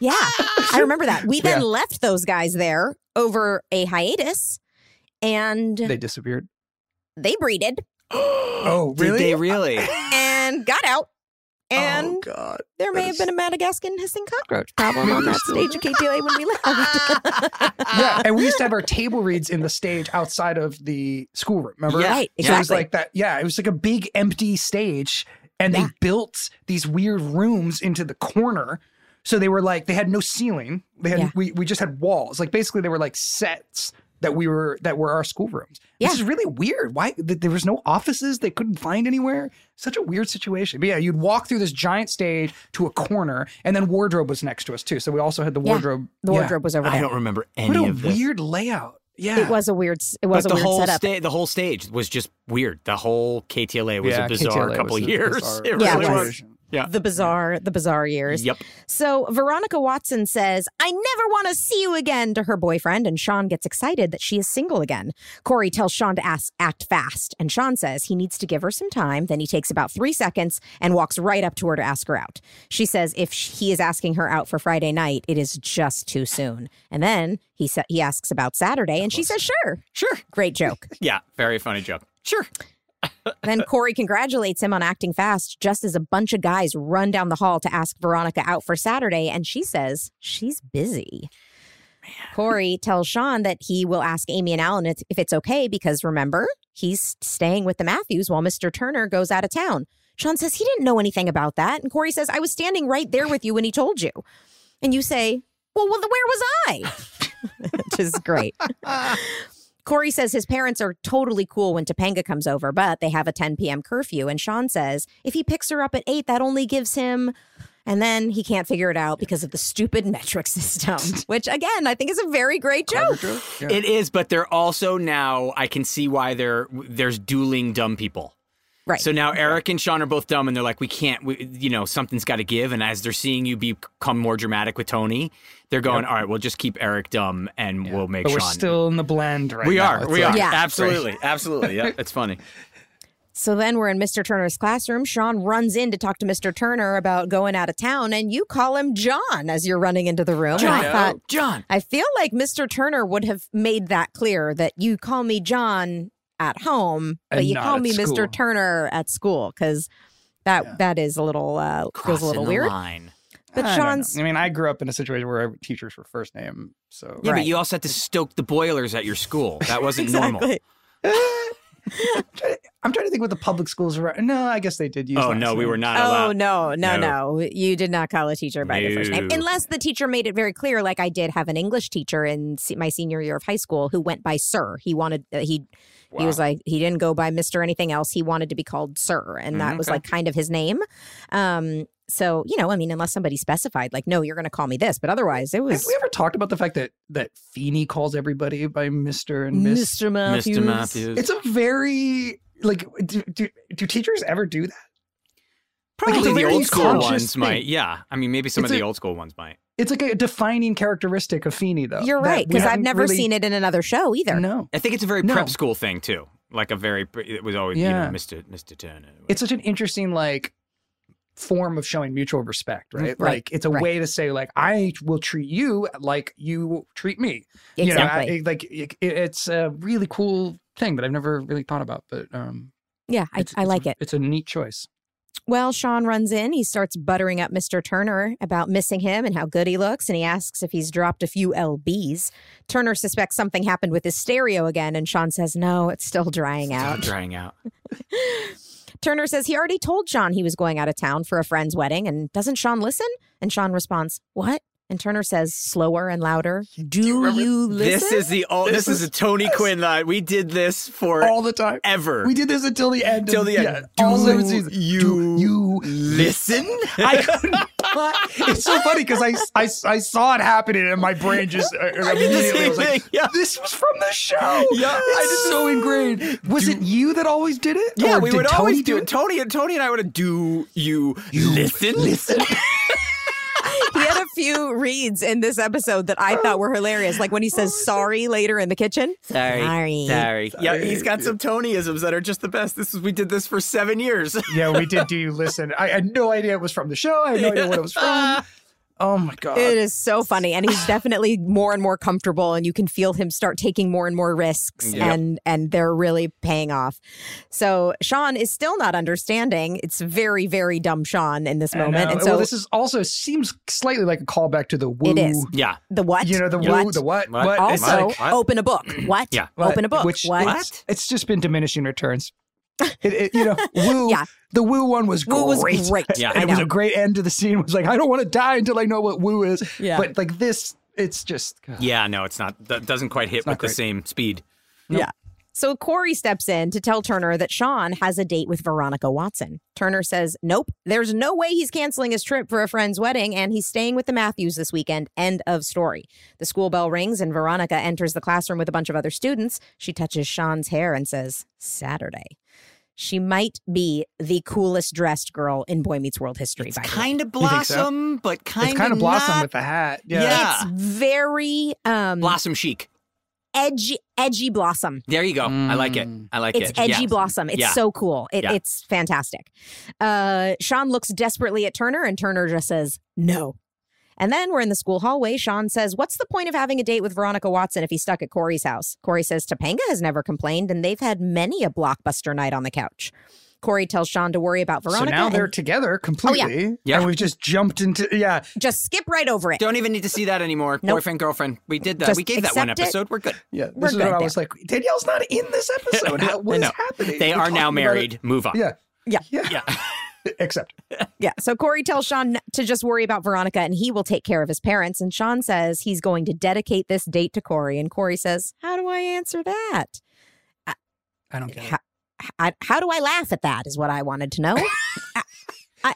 S3: yeah. Yeah. I remember that. We then
S1: Yeah.
S3: left those guys there over a hiatus and
S1: They disappeared.
S3: they breeded
S1: Oh, really?
S2: Did they really?
S3: and got out. And
S1: oh God.
S3: there may
S1: that
S3: have
S1: is-
S3: been a Madagascan hissing cockroach problem on that stage of KTLA when we left.
S1: yeah, and we used to have our table reads in the stage outside of the schoolroom. Remember?
S2: Yeah.
S3: Right,
S1: So it was
S3: exactly.
S1: like that. Yeah, it was like a big empty stage, and
S3: Yeah.
S1: they built these weird rooms into the corner. So they were like they had no ceiling. They had
S3: Yeah.
S1: we we just had walls. Like basically they were like sets that we were that were our schoolrooms.
S3: Yeah.
S1: This is really weird. Why th- there was no offices they couldn't find anywhere. Such a weird situation. But yeah, you'd walk through this giant stage to a corner, and then wardrobe was next to us too. So we also had the
S3: Yeah.
S1: wardrobe.
S3: the
S1: yeah.
S3: wardrobe was over
S2: I
S3: there.
S2: don't remember any
S1: What a
S2: of this.
S1: weird layout. Yeah.
S3: It was a weird s- it was
S2: but
S3: a
S2: the
S3: weird
S2: whole
S3: setup.
S2: sta- the whole stage was just weird. The whole KTLA was
S1: Yeah,
S2: a bizarre
S1: KTLA
S2: couple
S1: was a
S2: years.
S1: bizarre
S2: It
S3: Yeah, it
S2: really
S3: was.
S2: was. Yeah.
S3: the bizarre the bizarre years.
S2: Yep.
S3: So Veronica Watson says, I never want to see you again to her boyfriend, and Sean gets excited that she is single again. Corey tells Sean to ask, act fast, and Sean says he needs to give her some time. Then he takes about three seconds and walks right up to her to ask her out. She says if sh- he is asking her out for Friday night, it is just too soon. And then he sa- he asks about Saturday, and she says, sure.
S2: Sure.
S3: Great joke.
S2: Yeah. Very funny joke. Sure.
S3: Then Corey congratulates him on acting fast, just as a bunch of guys run down the hall to ask Veronica out for Saturday, and she says she's busy. Corey tells Sean that he will ask Amy and Alan if if it's okay because remember, he's staying with the Matthews while Mr. Turner goes out of town. Sean says he didn't know anything about that. And Corey says, I was standing right there with you when he told you. And you say, Well, well where was I? Which is great. Corey says his parents are totally cool when Topanga comes over, but they have a 10 p.m. curfew. And Sean says if he picks her up at 8, that only gives him. And then he can't figure it out because of the stupid metric system, which again, I think is a very great joke.
S1: Yeah.
S2: It is, but they're also now. I can see why there there's dueling dumb people.
S3: Right.
S2: So now Eric and Sean are both dumb, and they're like, we can't. We, you know, something's got to give. And as they're seeing you become more dramatic with Tony, they're going, all right, we'll just keep Eric dumb, and we'll make
S1: but we're
S2: Sean.
S1: still in the blend right
S2: we
S1: now.
S2: are.
S1: It's
S2: We
S1: like-
S2: are.
S3: Yeah.
S2: Absolutely. Absolutely. Yeah. It's funny.
S3: So then we're in Mr. Turner's classroom. Sean runs in to talk to Mr. Turner about going out of town, and you call him John as you're running into the room. And I thought,
S2: John.
S3: I feel like Mr. Turner would have made that clear that you call me John at home, but
S1: And
S3: you
S1: not
S3: call
S1: at
S3: me
S1: school.
S3: Mr. Turner at school because that that is a little uh, feels
S2: Crossing
S3: a little
S2: the
S3: weird.
S2: line.
S3: But
S1: I don't know.
S3: Sean's
S1: I mean, I grew up in a situation where our teachers were first name. So
S2: Yeah,
S3: Right.
S2: but you also had to stoke the boilers at your school. That wasn't normal.
S3: Exactly.
S1: I'm trying to think what the public schools were. No, I guess they did use.
S2: Oh
S1: last
S2: no, we
S1: name.
S2: were not
S3: Oh
S2: allowed.
S3: no, no,
S2: No.
S3: no, You did not call a teacher by their first name,
S2: No.
S3: unless the teacher made it very clear. Like I did have an English teacher in se- my senior year of high school who went by Sir. He wanted uh, he he was like he didn't go by Mister anything else. He wanted to be called Sir, and
S1: Mm,
S3: that was like kind of his name. Um, so you know, I mean, unless somebody specified, like, no, you're going to call me this, but otherwise, it
S1: Have
S3: was
S1: we ever talked about the fact that that Feeney calls everybody by Mister and Miss?
S2: Mr. Matthews.
S1: It's a very like. Do, do, do teachers ever do that?
S2: Probably
S1: it's a
S2: the
S1: very
S2: old school
S1: conscious
S2: ones
S1: thing.
S2: might. Yeah, I mean, maybe some
S1: It's
S2: of
S1: a-
S2: the old school ones might.
S1: It's like a defining characteristic of Feeney, though.
S3: You're right because I've never seen it
S1: it.
S3: in another show either.
S1: No,
S2: I think it's a very
S1: No.
S2: prep school thing too. Like a very, pre- it was always
S1: Yeah.
S2: you know, Mr. Mr. Turner.
S1: it's such an interesting like form of showing mutual respect, right?
S3: Mm, Right,
S1: Like it's a
S3: right.
S1: way to say like I will treat you like you treat me. You know, I-
S3: Exactly.
S1: like it, it's a really cool thing that I've never really thought about, but um,
S3: yeah, I, I
S1: it's- it's a-
S3: like it.
S1: It's a neat choice.
S3: Well, Sean runs in. He starts buttering up Mr. Turner about missing him and how good he looks, and he asks if he's dropped a few LBs. Turner suspects something happened with his stereo again, and Sean says, No, it's still drying out.
S2: drying out.
S3: Turner says he already told Sean he was going out of town for a friend's wedding, and doesn't Sean listen? And Sean responds, What? And Turner says slower and louder. Do you,
S2: This
S3: listen?
S2: is the oh, this, is, a Tony Quinn line. We did this for
S1: all the time.
S2: ever.
S1: We did this until the end.
S2: Till the
S1: of,
S2: end.
S1: Yeah, all
S2: Do
S1: seven seasons.
S2: you
S1: Do you
S2: listen.
S1: I couldn't. it's so funny because I, I, I saw it happening and my brain just uh, immediately
S2: same
S1: was like,
S2: thing, yeah.
S1: "This was from the show."
S2: Yeah.
S1: it's so ingrained. Was it you that always did it?
S2: yeah,
S1: Or
S2: we
S1: did
S2: would
S1: Tony
S2: always do it. Tony and Tony and I would do you, listen. Listen.
S3: he had a few reads in this episode that I thought were hilarious. Like when he says sorry later in the kitchen. Oh, Sorry.
S2: Sorry. Yeah, he's got some Tonyisms that are just the best. This is we did this for seven years.
S1: Yeah, we did. Do you listen? I had no idea it was from the show. I had no idea what it was from. Oh my god!
S3: It is so funny, and he's definitely more and more comfortable, and you can feel him start taking more and more risks,
S2: Yep.
S3: and and they're really paying off. So Sean is still not understanding. It's very very dumb Sean in this
S1: And,
S3: moment,
S1: uh,
S3: and
S1: well,
S3: so
S1: this is also seems slightly like a callback to the woo.
S3: It is.
S2: yeah.
S3: the what
S1: You know the
S3: what
S1: woo, the what,
S2: What?
S1: but it's
S3: also
S1: like-
S2: what?
S3: open a book what
S2: Yeah.
S1: But-
S3: open a book
S1: Which
S3: what
S1: It's, it's just been diminishing returns. It, it- you know, woo.
S3: Yeah.
S1: The woo one was
S3: Woo was
S1: great.
S3: great.
S2: Yeah.
S1: And
S3: I
S1: it was
S3: know.
S1: a great end to the scene. It was like, I don't want to die until I know what woo is.
S3: Yeah.
S1: But like this, it's just God.
S2: Yeah, no, it's not. That doesn't quite hit
S1: not
S2: with the
S1: great.
S2: same speed.
S3: Yeah. So Corey steps in to tell Turner that Sean has a date with Veronica Watson. Turner says, Nope, there's no way he's canceling his trip for a friend's wedding, and he's staying with the Matthews this weekend. End of story. The school bell rings, and Veronica enters the classroom with a bunch of other students. She touches Sean's hair and says, Saturday. She might be the coolest dressed girl in Boy Meets World history. by the way.
S2: Kind of
S1: think so?
S2: blossom, but kind
S1: it's kind of blossom
S2: not.
S1: with the hat. Yeah.
S2: Yeah.
S3: It's very um,
S2: blossom chic.
S3: edgy, edgy blossom.
S2: There you go. I like it. I like
S3: It's
S2: it.
S3: edgy
S2: Yeah.
S3: blossom. It's
S2: Yeah.
S3: so cool. It,
S2: Yeah.
S3: It's fantastic. Uh, Sean looks desperately at Turner, and Turner just says, no. And then we're in the school hallway. Sean says, What's the point of having a date with Veronica Watson if he's stuck at Corey's house? Corey says, Topanga has never complained, and they've had many a blockbuster night on the couch. Corey tells Sean to worry about
S1: So
S3: Veronica
S1: now they're
S3: and Oh,
S1: together completely.
S2: Yeah.
S1: And we've just jumped into yeah.
S3: just skip right over it.
S2: Don't even need to see that anymore.
S3: Nope.
S2: Boyfriend, girlfriend. We did that.
S3: Just
S2: we gave that one
S3: accept it.
S2: episode. We're good.
S1: Yeah. This
S3: We're
S1: is
S3: good
S1: what I
S3: there.
S1: was like, Danielle's not in this episode. How- What
S2: I
S1: is
S2: know.
S1: happening?
S2: They
S1: We're
S2: are
S1: talking
S2: now
S1: about
S2: married.
S1: it.
S2: Move on.
S1: Yeah.
S3: Yeah.
S1: Yeah. Except
S3: Yeah. So Corey tells Sean to just worry about Veronica and he will take care of his parents. And Sean says he's going to dedicate this date to Corey. And Corey says, How do I answer that?
S1: I don't get it.
S3: How, I, how do I laugh at that is what I wanted to know. I, I-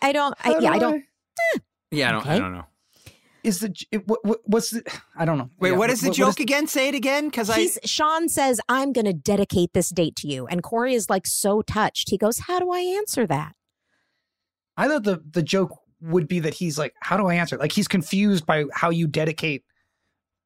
S3: I don't, I,
S1: How
S3: yeah,
S1: do
S3: I don't.
S2: Yeah, I don't, I
S3: Okay.
S2: don't know.
S1: Is the j- it, what, what, what's the? I don't know.
S2: Wait,
S1: Yeah,
S2: what is the
S1: what- what
S2: joke again? Say it again, because I.
S3: He's, Sean says, I'm going to dedicate this date to you. And Corey is like so touched. He goes, How do I answer that?
S1: I thought the the joke would be that he's like, how do I answer? Like he's confused by how you dedicate.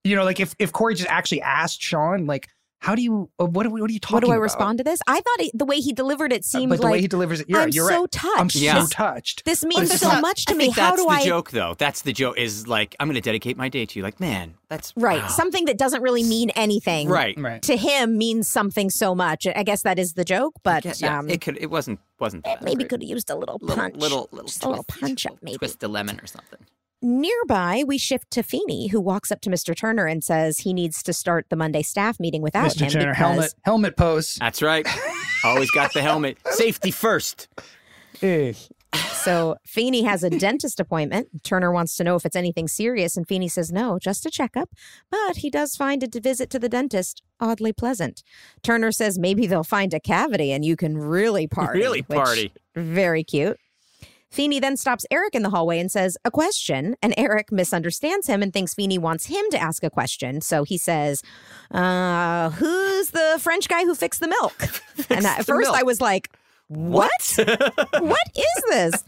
S1: You know, like if if Corey just actually asked Sean, like, how do you? uh, What do we? What are you talking?
S3: What do I
S1: about?
S3: respond to this? I thought he, the way he delivered it
S1: Uh,
S3: seemed
S1: but the way
S3: like
S1: he delivers it, you're,
S3: I'm
S1: you're
S3: so
S1: right.
S3: touched.
S1: I'm
S2: Yeah.
S1: so touched.
S3: This
S2: But
S3: means
S2: it's
S3: so
S2: not-
S3: much to
S2: I
S3: me.
S2: think
S3: How
S2: that's
S3: do
S2: the
S3: I?
S2: joke, though. That's the joke. Is like I'm going to dedicate my day to you. Like, man, that's
S3: Right.
S2: wow.
S3: Something that doesn't really mean anything.
S2: right.
S1: Right.
S3: to him means something so much. I guess that is the joke, but
S2: Yeah, yeah,
S3: um,
S2: it could. It wasn't. Wasn't that
S3: maybe could have used a little punch,
S2: Little little
S3: just
S2: twist,
S3: a little punch up, maybe.
S2: twist a lemon or something.
S3: Nearby, we shift to Feeney, who walks up to Mr. Turner and says he needs to start the Monday staff meeting without
S1: Mr.
S3: him
S1: Turner,
S3: because
S1: helmet helmet pose.
S2: That's right. Always got the helmet. Safety first.
S1: Eh.
S3: So Feeney has a dentist appointment. Turner wants to know if it's anything serious, and Feeney says no, just a checkup. But he does find a d- visit to the dentist oddly pleasant. Turner says maybe they'll find a cavity and you can really party.
S2: Really
S3: which-
S2: party.
S3: very cute. Feeney then stops Eric in the hallway and says, A question. And Eric misunderstands him and thinks Feeney wants him to ask a question. So he says, uh, Who's the French guy who fixed the milk? and at
S2: the
S3: first
S2: milk.
S3: I was like, What? what is this?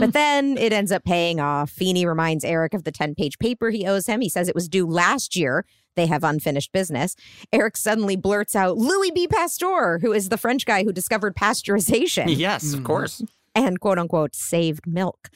S3: But then it ends up paying off. Feeney reminds Eric of the 10 page paper he owes him. He says it was due last year. They have unfinished business. Eric suddenly blurts out Louis B. Pasteur, who is the French guy who discovered pasteurization
S2: Yes, of course.
S3: and quote unquote saved milk.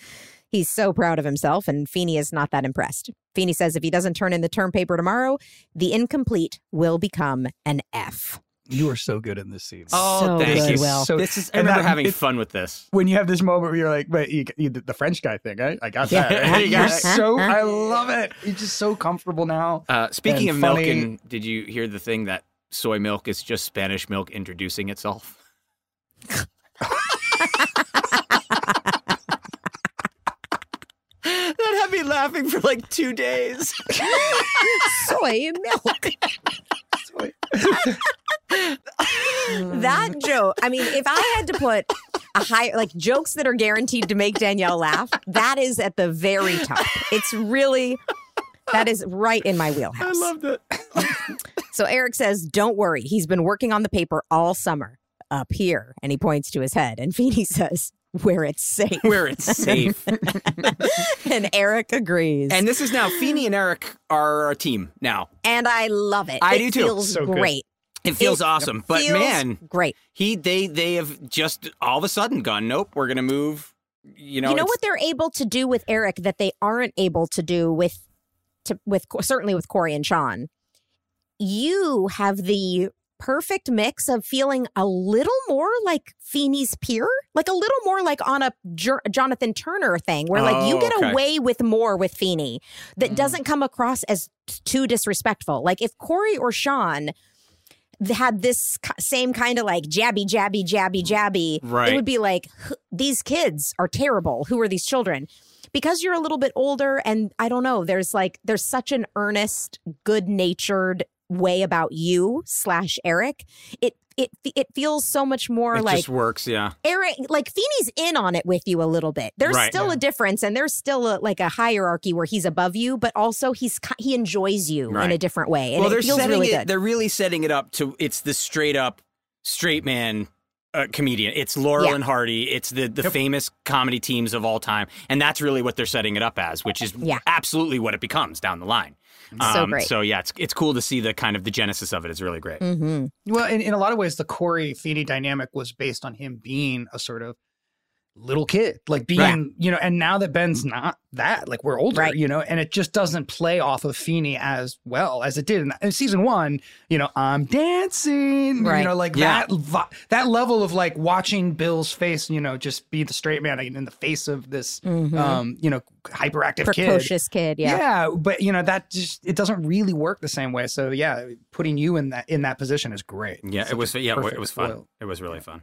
S3: He's so proud of himself, and Feeney is not that impressed. Feeney says if he doesn't turn in the term paper tomorrow, the incomplete will become an F.
S1: You were so good in this scene.
S3: So
S2: Oh,
S3: good,
S2: thank you.
S3: Will.
S1: So-
S2: this is. I
S1: and
S2: remember
S1: that-
S2: having
S1: it-
S2: fun with this.
S1: When you have this moment where you're like, but you, you, the French guy thing, I, I got that.
S2: Yeah.
S1: You're so I love it. You're just so comfortable now.
S2: Uh, speaking
S1: And
S2: of milk,
S1: funny-
S2: and did you hear the thing that soy milk is just Spanish milk introducing itself? that had me laughing for like two days.
S3: soy milk. that joke. I mean, if I had to put a high like jokes that are guaranteed to make Danielle laugh, that is at the very top. It's really that is right in my wheelhouse. I loved it. so Eric says, "Don't worry. He's been working on the paper all summer up here." And he points to his head. And Feeney says, "Where it's safe."
S2: Where it's safe.
S3: and Eric agrees.
S2: And this is now Feeney and Eric are a team now.
S3: And I love it.
S2: I
S3: it
S2: do too.
S3: Feels
S1: So good.
S3: great.
S2: It feels
S3: It
S2: awesome. But
S3: feels
S2: man,
S3: great.
S2: he they they have just all of a sudden gone, nope, we're gonna move. You know,
S3: you know
S2: it's-
S3: what they're able to do with Eric that they aren't able to do with to with certainly with Corey and Sean. You have the perfect mix of feeling a little more like Feeney's peer, like a little more like on a Jer- Jonathan Turner thing, where like you
S2: Oh,
S3: get
S2: okay. Mm.
S3: away with more with Feeney that doesn't come across as t- too disrespectful. Like if Corey or Sean th- had this ki- same kind of like jabby, jabby, jabby, jabby,
S2: Right.
S3: it would be like, "H- these kids are terrible. Who are these children? Because you're a little bit older, and I don't know, there's like, there's such an earnest, good natured way about you slash Eric. It, it, it feels so much more
S2: it
S3: like
S2: just works, yeah.
S3: Eric, like Feeney's in on it with you a little bit. There's
S2: Right.
S3: still a difference, and there's still a, like a hierarchy where he's above you, but also he's ki- he enjoys you in
S2: Right.
S3: a different way, and
S2: well, they're
S3: it feels
S2: setting
S3: really
S2: it.
S3: good.
S2: They're really setting it up to it's the straight up straight man uh, comedian. It's Laurel
S3: Yeah.
S2: and Hardy. It's the the famous comedy teams of all time, and that's really what they're setting it up as, which is
S3: Yeah.
S2: absolutely what it becomes down the line. Um,
S3: So great.
S2: So yeah, it's it's cool to see the kind of the genesis of it. It's really great.
S3: hmm
S1: Well, in, in a lot of ways, the Corey Feeney dynamic was based on him being a sort of little kid, like being, you know, and now that Ben's not that, like we're older,
S3: Mm. Right.
S1: you know, and it just doesn't play off of Feeney as well as it did in, in season one, you know, I'm dancing,
S3: Right.
S1: you know, like
S2: Yeah.
S1: that, vi- that level of like watching Bill's face, you know, just be the straight man in the face of this, um, you know, hyperactive kid.
S3: Mm-hmm. Precocious kid, yeah.
S1: but you know that just it doesn't really work the same way. So yeah, putting you in that in that position is great.
S2: Yeah, it was. Yeah, it
S1: Mm-hmm. perfect
S2: was fun.
S1: foil.
S2: It was really fun.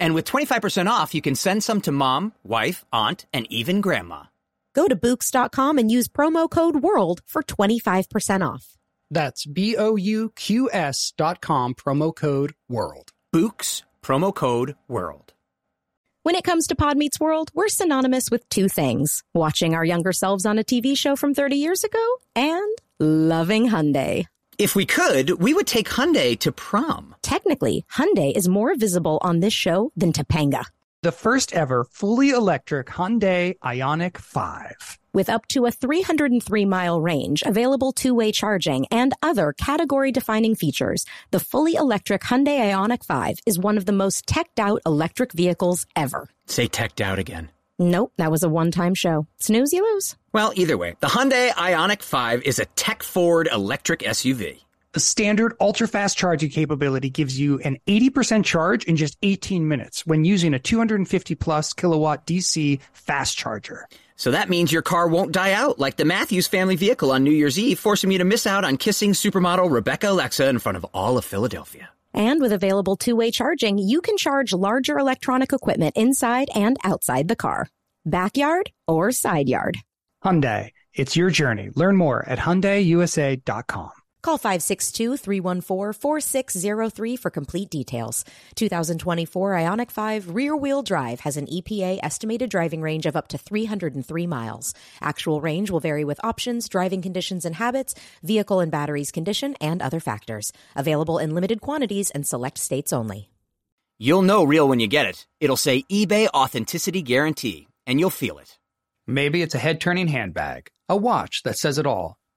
S2: And with 25% off, you can send some to mom, wife, aunt, and even grandma.
S3: Go to Books.com and use promo code WORLD for 25% off.
S1: That's B O U Q S dot com, promo code WORLD.
S2: Books, promo code WORLD.
S3: When it comes to Pod Meets World, we're synonymous with two things watching our younger selves on a TV show from 30 years ago and loving Hyundai.
S2: If we could, we would take Hyundai to prom.
S3: Technically, Hyundai is more visible on this show than Topanga.
S1: The first ever fully electric Hyundai Ionic 5.
S3: With up to a 303 mile range, available two way charging, and other category defining features, the fully electric Hyundai Ionic 5 is one of the most teched out electric vehicles ever.
S2: Say teched out again.
S3: Nope, that was a one time show. Snooze, you lose.
S2: Well, either way, the Hyundai Ionic 5 is a tech forward electric SUV.
S1: The standard ultra fast charging capability gives you an 80% charge in just 18 minutes when using a 250 plus kilowatt DC fast charger.
S2: So that means your car won't die out like the Matthews family vehicle on New Year's Eve, forcing me to miss out on kissing supermodel Rebecca Alexa in front of all of Philadelphia.
S3: And with available two-way charging, you can charge larger electronic equipment inside and outside the car, backyard or side yard.
S1: Hyundai, it's your journey. Learn more at hyundaiusa.com.
S3: Call 562-314-4603 for complete details. 2024 Ionic 5 rear-wheel drive has an EPA estimated driving range of up to 303 miles. Actual range will vary with options, driving conditions and habits, vehicle and batteries condition, and other factors. Available in limited quantities and select states only.
S2: You'll know real when you get it. It'll say eBay Authenticity Guarantee, and you'll feel it.
S4: Maybe it's a head turning handbag, a watch that says it all,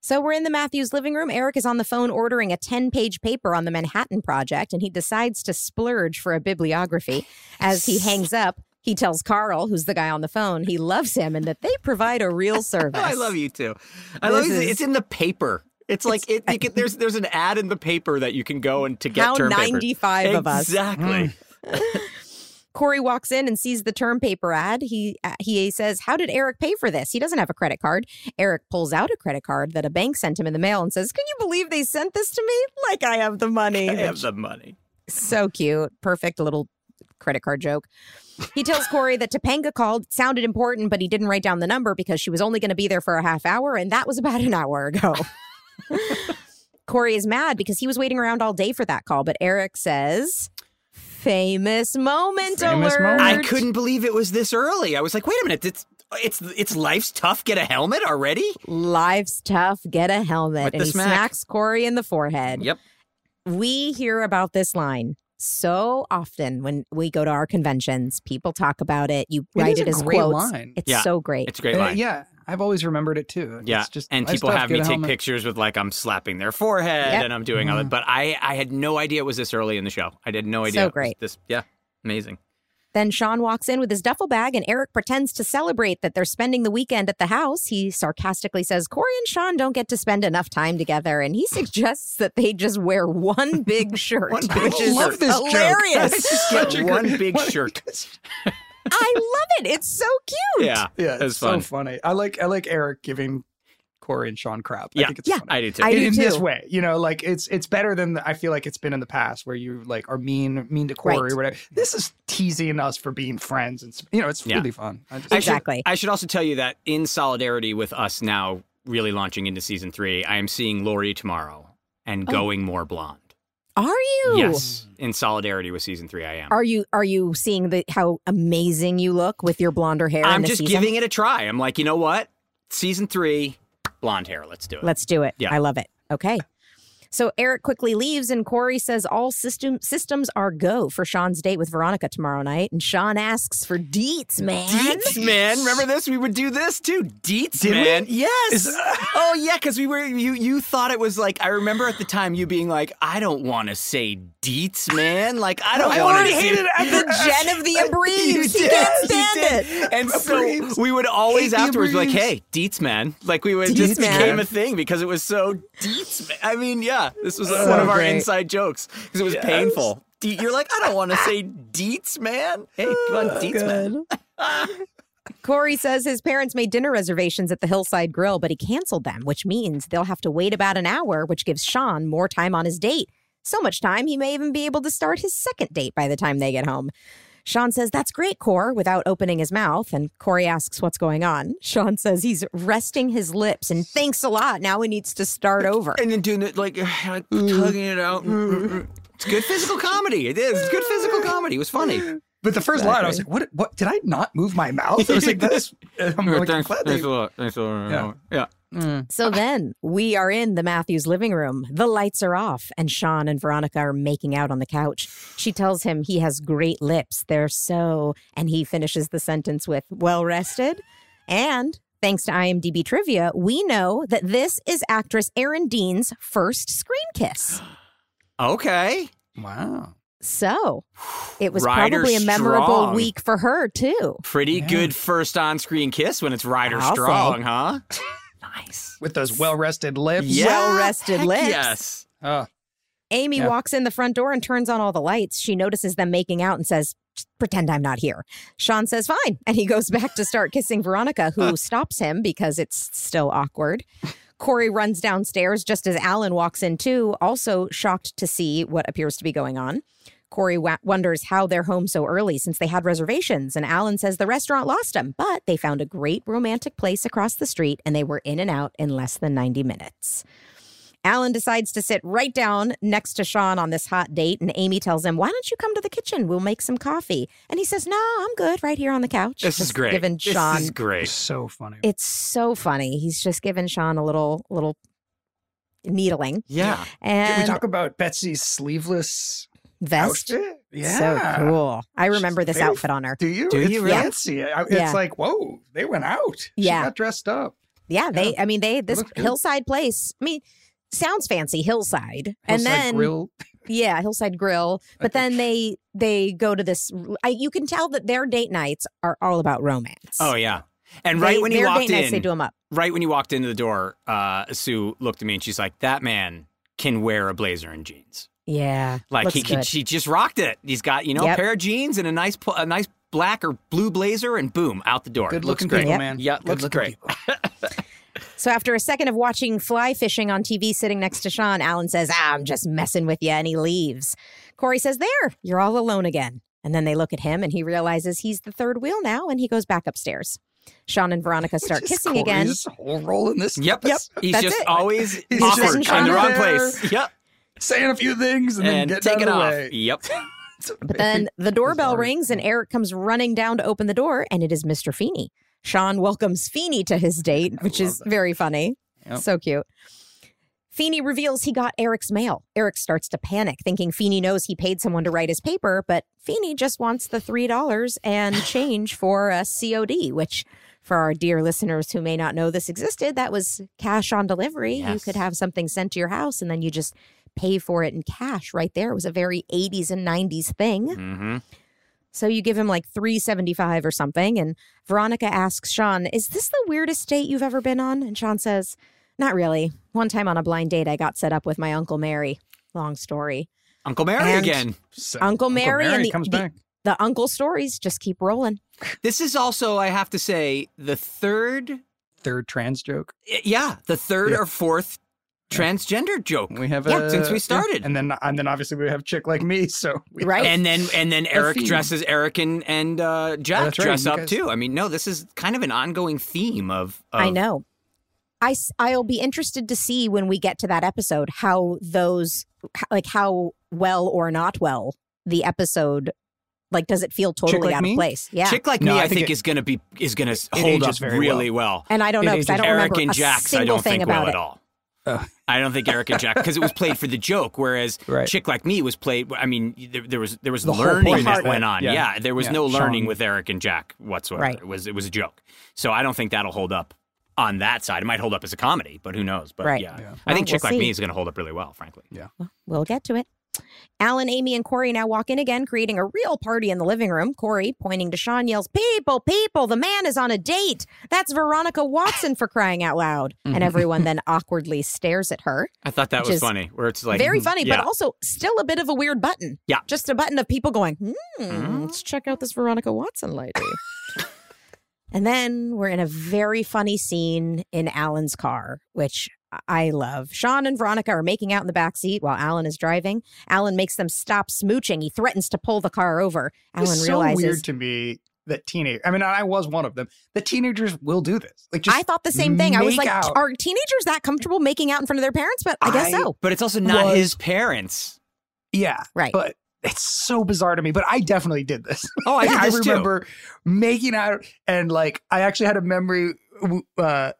S3: So we're in the Matthews living room. Eric is on the phone ordering a 10 page paper on the Manhattan Project, and he decides to splurge for a bibliography. As he hangs up, he tells Carl, who's the guy on the phone, he loves him and that they provide a real service.
S2: Oh, I love you too. I love
S3: This
S2: you.
S3: is-
S2: It's in the paper. It's like it, you can, there's there's an ad in the paper that you can go and to get
S5: How
S2: term paper.
S5: 95 of us.
S2: exactly.
S3: Corey walks in and sees the term paper ad. He uh, he says, "How did Eric pay for this? He doesn't have a credit card." Eric pulls out a credit card that a bank sent him in the mail and says, "Can you believe they sent this to me? Like I have the money."
S2: I have the money.
S3: so cute. Perfect little credit card joke. He tells Corey that Topanga called, sounded important, but he didn't write down the number because she was only going to be there for a half hour, and that was about an hour ago. Corey is mad because he was waiting around all day for that call, but Eric says, "Famous moment
S1: Famous
S3: alert."
S1: moment.
S2: I couldn't believe it was this early. I was like, wait a minute, it's it's it's life's tough. Get a helmet already.
S3: Life's tough. Get a helmet.
S2: With
S3: and
S2: the
S3: he
S2: smack.
S3: smacks Corey in the forehead.
S2: Yep.
S3: We hear about this line so often when we go to our conventions. People talk about it. You
S4: It
S3: write
S4: is
S3: it
S4: a
S3: as
S4: great
S3: quotes.
S4: line.
S3: It's
S2: Yeah.
S3: so great.
S2: It's a great
S4: Uh,
S2: line.
S4: yeah, I've always remembered it too.
S2: Yeah,
S4: it's just
S2: and
S4: nice
S2: people
S4: stuff,
S2: have
S4: get
S2: me
S4: a
S2: take
S4: helmet.
S2: pictures with like I'm slapping their forehead
S3: Yep.
S2: and I'm doing all that. But I I had no idea it was this early in the show. I had no idea. it was
S3: great.
S2: This yeah, amazing.
S3: Then Sean walks in with his duffel bag, and Eric pretends to celebrate that they're spending the weekend at the house. He sarcastically says, Corey and Sean don't get to spend enough time together. And he suggests that they they just wear one big shirt,
S2: One big
S3: which is
S2: shirt.
S1: this joke.
S3: hilarious.
S2: One big shirt.
S3: I love it. It's so cute.
S2: Yeah,
S4: Yeah,
S2: it
S4: it's
S2: was
S4: so
S2: fun.
S4: funny. I like I like Eric giving Corey and Sean crap.
S2: Yeah.
S4: I think it's
S3: Yeah.
S4: funny.
S2: I did too.
S3: I
S4: in,
S3: do
S4: in this
S3: too.
S4: way, you know, like it's it's better than the, I feel like it's been in the past where you like are mean mean to Corey
S3: Right.
S4: or whatever. This is teasing us for being friends, and s- you know, it's
S2: Yeah.
S4: really fun. I just,
S2: I should-
S3: Exactly.
S2: I should, also tell you that in solidarity with us now really launching into season three, I am seeing Lori tomorrow and going more blonde.
S3: Are you?
S2: Yes. In solidarity with season three, I am.
S3: Are you are you seeing the how amazing you look with your blonder hair? in
S2: I'm
S3: the
S2: just
S3: season?
S2: giving it a try. I'm like, you know what? Season three, blonde hair. Let's do it.
S3: Let's do it.
S2: Yeah.
S3: I love it. Okay. So Eric quickly leaves, and Corey says all system systems are go for Sean's date with Veronica tomorrow night. And Sean asks for deets, man.
S2: Deets, man. Remember this? We would do this too. Deets,
S4: Did we?
S2: man. Yes. oh yeah, because we were you. You thought it was like I remember at the time you being like, I don't want to say deets, man. Like I don't
S4: I
S2: want
S4: already
S2: to
S4: hated it.
S3: The Jen of the Abreves. He can't stand it.
S2: And so
S4: Abreves.
S2: we would always
S4: Hate the
S2: afterwards be like,
S4: Abreves.
S2: hey, Deets man. Like we would it
S3: Deets
S2: just
S3: man.
S2: became a thing because it was so Deets man. I mean, yeah, this was one of our
S3: great.
S2: inside jokes because it was painful. De- you're like, I don't want to say Deets man. Oh, Hey, come on, Deets man.
S3: Corey says his parents made dinner reservations at the Hillside Grill, but he canceled them, which means they'll have to wait about an hour, which gives Sean more time on his date. So much time, he may even be able to start his second date by the time they get home. Sean says, That's great, Cor, without opening his mouth. And Corey asks, What's going on? Sean says he's resting his lips and thanks a lot. Now he needs to start over. Mm.
S2: And then doing it like, like tugging it out. Mm, It's good physical comedy. It is. It's good physical comedy. It was funny.
S4: But the first line, I was like, "What? What? Did I not move my mouth?" I was like, "This." I'm like,
S2: thanks,
S4: glad
S2: thanks
S4: they-
S2: a lot. Thanks a lot.
S4: Yeah.
S2: yeah.
S3: So then we are in the Matthews living room. The lights are off, and Sean and Veronica are making out on the couch. She tells him he has great lips. They're so, and he finishes the sentence with, well rested. And thanks to IMDb trivia, we know that this is actress Erin Dean's first screen kiss.
S2: Okay.
S4: Wow.
S3: So it was
S2: Ryder
S3: probably a memorable
S2: Strong.
S3: week for her, too.
S2: Pretty good first on screen kiss when it's Ryder
S3: I'll
S2: Strong,
S3: say.
S2: huh?
S4: With those well-rested lips.
S2: Yeah.
S3: Well-rested
S2: Heck
S3: lips.
S2: Yes.
S4: Oh,
S3: Amy
S4: Yeah.
S3: walks in the front door and turns on all the lights. She notices them making out and says, "Just Pretend I'm not here. Sean says, Fine. And he goes back to start kissing Veronica, who stops him because it's still awkward. Corey runs downstairs just as Alan walks in, too, also shocked to see what appears to be going on. Corey wa- wonders how they're home so early since they had reservations, and Alan says the restaurant lost them, but they found a great romantic place across the street and they were in and out in less than 90 minutes. Alan decides to sit right down next to Sean on this hot date, and Amy tells him, Why don't you come to the kitchen? We'll make some coffee. And he says, No, I'm good right here on the couch.
S2: This is
S3: Just
S2: great.
S3: Giving Sean
S2: This is great.
S4: so funny.
S3: it's so funny. He's just giving Sean a little little needling
S2: Yeah.
S4: Can we
S3: and
S4: talk about Betsy's sleeveless
S3: vest.
S4: outfit?
S3: So cool. I remember
S4: She's
S3: this
S4: very
S3: outfit on her.
S4: Do you?
S2: Do
S4: it's
S2: you really?
S4: fancy. I- It's
S3: Yeah.
S4: like, whoa, they went out.
S3: Yeah.
S4: She got dressed up.
S3: Yeah, they I mean they this
S4: looks good.
S3: hillside place. I mean, sounds fancy, hillside. and
S4: Hillside
S3: then
S4: grill.
S3: yeah, hillside grill. But then they they go to this I, you can tell that their date nights are all about romance.
S2: Oh yeah. And
S3: They-
S2: right when he
S3: their
S2: walked
S3: date nights, they
S2: in,
S3: do them up.
S2: right when you walked into the door, uh, Sue looked at me and she's like, "That man can wear a blazer and jeans.
S3: Yeah.
S2: Like
S3: looks
S2: he can,
S3: good.
S2: she just rocked it. He's got you know
S3: Yep.
S2: a pair of jeans and a nice pl- a nice black or blue blazer, and boom, out the door.
S4: Good
S2: Looks
S4: looking
S2: great.
S4: people,
S3: Yep.
S4: man.
S2: Yeah,
S4: Good
S2: looks
S4: looking
S2: great.
S4: people.
S3: So after a second of watching fly fishing on TV sitting next to Sean, Alan says, ah, I'm just messing with you. And he leaves. Corey says, There, you're all alone again. And then they look at him and he realizes he's the third wheel now and he goes back upstairs. Sean and Veronica start
S4: Just
S3: kissing
S4: Corey's
S3: again.
S4: Whole role in this.
S2: Yep.
S4: That's-
S2: He's
S3: That's
S2: just
S3: it.
S2: always
S4: He's
S2: awkward
S3: just
S2: in the wrong
S4: there.
S2: place. Yep.
S4: Saying a few things and,
S2: And
S4: then
S2: take it
S4: getting out
S2: off.
S4: of the way.
S2: Yep.
S4: It's
S3: But then the doorbell
S4: Bizarre.
S3: rings and Eric comes running down to open the door and it is Mr. Feeney. Sean welcomes Feeney to his date, which
S4: love
S3: is
S4: that.
S3: very funny.
S4: Yep.
S3: So cute. Feeney reveals he got Eric's mail. Eric starts to panic, thinking Feeney knows he paid someone to write his paper, but Feeney just wants the $3 and change for a COD, which for our dear listeners who may not know this existed, that was cash on delivery. You
S2: Yes.
S3: could have something sent to your house and then you just pay for it in cash right there. It was a very 80s and 90s thing.
S4: Mm.
S2: hmm
S3: So you give him like 375 or something and Veronica asks Sean, "Is this the weirdest date you've ever been on?" And Sean says, "Not really. One time on a blind date I got set up with my uncle Mary." Long story.
S2: Uncle Mary
S3: And-
S2: again.
S4: So
S3: Uncle Mary, and the,
S4: comes
S3: the-
S4: back.
S3: the uncle stories just keep rolling.
S2: This is also, I have to say, the third
S4: Third trans joke.
S2: Eh, Yeah, the third
S4: Yeah.
S2: or fourth transgender joke.
S4: We have
S2: Yeah,
S4: a,
S2: since we
S4: yeah.
S2: started.
S4: and then and then obviously we have chick like me. So we
S3: Right.
S2: And then and then Eric
S4: theme.
S2: dresses Eric and and uh, Jack
S4: that's right,
S2: dress
S4: you
S2: up
S4: guys-
S2: too. I mean, no, this is kind of an ongoing theme of, of
S4: Oh.
S3: I know. I s- I'll be interested to see when we get to that episode how those h- like how well or not well the episode like does it feel totally
S4: Like
S3: out
S4: Me?
S3: of place? Yeah.
S2: Chick like
S4: No,
S2: me.
S4: I
S2: I,
S4: think
S2: think
S4: it-
S2: is gonna be is gonna s-
S4: it
S2: hold
S4: ages
S2: up
S4: very
S2: really well.
S3: and I don't know
S4: It
S3: because I
S4: ages-
S3: don't
S2: Eric
S3: remember
S2: and
S3: a
S2: Jax, I
S3: single
S2: don't
S3: thing
S2: think
S3: about
S2: well
S3: it.
S2: at all.
S4: Oh.
S2: I don't think Eric and Jack because it was played for the joke, whereas
S4: Right.
S2: Chick Like Me was played. I mean, there, there was there was
S4: The whole
S2: learning
S4: point
S2: that
S4: is
S2: went
S4: that-
S2: on.
S4: yeah.
S2: Yeah, there was
S4: Yeah.
S2: no learning
S4: Sean-
S2: with Eric and Jack whatsoever.
S3: Right.
S2: It was it was a joke. So I don't think that'll hold up on that side. It might hold up as a comedy, but who knows? But
S3: Right.
S2: yeah,
S4: Yeah.
S2: I think
S3: Well,
S2: Chick
S3: we'll
S2: Like
S3: see.
S2: Me is going to hold up really well, frankly.
S3: We'll get to it. Alan, Amy, and Corey now walk in again, creating a real party in the living room. Corey, pointing to Sean, yells, People, people, the man is on a date. That's Veronica Watson for crying out loud.
S2: Mm-hmm.
S3: And everyone then awkwardly stares at her.
S2: I thought that
S3: Which
S2: was
S3: is
S2: funny. Where it's like
S3: Very funny,
S2: yeah.
S3: but also still a bit of a weird button.
S2: Yeah.
S3: Just a button of people going, hmm, let's check out this Veronica Watson lady. and then we're in a very funny scene in Alan's car, which I love. Sean and Veronica are making out in the back seat while Alan is driving. Alan makes them stop smooching. He threatens to pull the car over. Alan
S4: it's so
S3: realizes.
S4: weird to me that teenage. I mean, I was one of them. The teenagers will do this. Like just
S3: I thought the same thing. I was
S4: make
S3: like,
S4: out.
S3: are teenagers that comfortable making out in front of their parents? But I guess
S4: I-
S3: so.
S2: But it's also not
S4: Was-
S2: his parents.
S1: Yeah.
S3: Right.
S1: But it's so bizarre to me, but I definitely did this.
S2: Oh, I did
S1: I
S2: this too.
S1: remember making out and like I actually had a memory. w- Uh,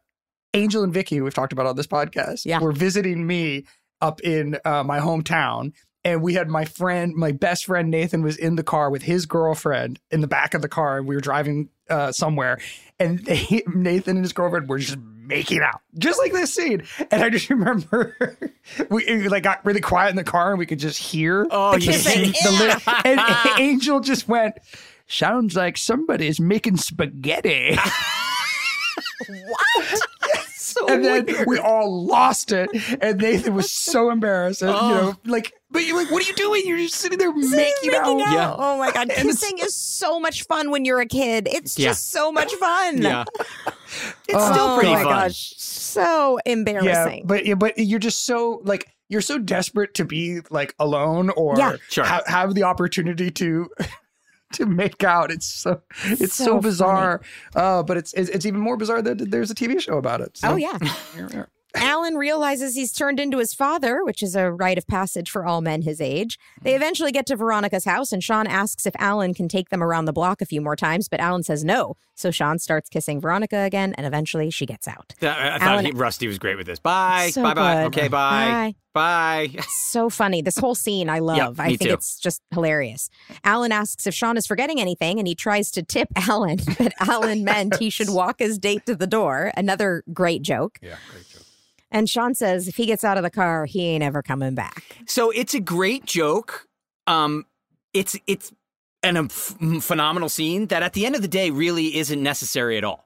S1: Angel and Vicky, who we've talked about on this podcast,
S3: Yeah.
S1: were visiting me up in uh, my hometown, and we had my friend, my best friend Nathan, was in the car with his girlfriend in the back of the car, and we were driving uh, somewhere, and they, Nathan and his girlfriend were just making out, just like this scene. And I just remember we it, like got really quiet in the car, and we could just hear
S2: Oh,
S1: the
S2: you
S1: kissing,
S3: did.
S1: the lip, and Angel just went. Sounds like somebody is making spaghetti.
S2: So
S3: Oh
S1: and then
S2: weird.
S1: we all lost it. And Nathan was so embarrassed. And, You
S3: Oh.
S1: know, like, but you're like, what are you doing? You're just sitting there making, out.
S2: Yeah.
S3: Oh my god,
S1: And it's-
S3: kissing is so much fun when you're a kid. It's
S2: Yeah.
S3: just so much fun.
S2: yeah.
S3: It's
S2: still
S3: oh
S2: pretty
S3: my
S2: fun.
S3: gosh, so
S1: Yeah,
S3: embarrassing.
S1: but yeah, but you're just so like you're so desperate to be like alone or
S3: Yeah.
S2: Sure.
S1: ha- have the opportunity to to make out. It's so it's so,
S3: So funny.
S1: bizarre. Uh, but it's, it's it's even more bizarre that there's a TV show about it. So.
S3: oh yeah. Alan realizes he's turned into his father, which is a rite of passage for all men his age. They eventually get to Veronica's house, and Sean asks if Alan can take them around the block a few more times, but Alan says no. So Sean starts kissing Veronica again, and eventually she gets out.
S2: That- I, I thought
S3: Alan-
S2: he, Rusty was great with this. Bye.
S3: So
S2: bye bye.
S3: good.
S2: Okay, bye. Bye.
S3: so funny. This whole scene I love. I
S2: me
S3: think
S2: too.
S3: it's just hilarious. Alan asks if Sean is forgetting anything and he tries to tip Alan that Alan meant he should walk his date to the door. Another great joke. Yeah, great joke. And Sean says if he gets out of the car, he ain't ever coming back.
S2: So it's a great joke. Um, it's it's an um, f- m- phenomenal scene that at the end of the day really isn't necessary at all.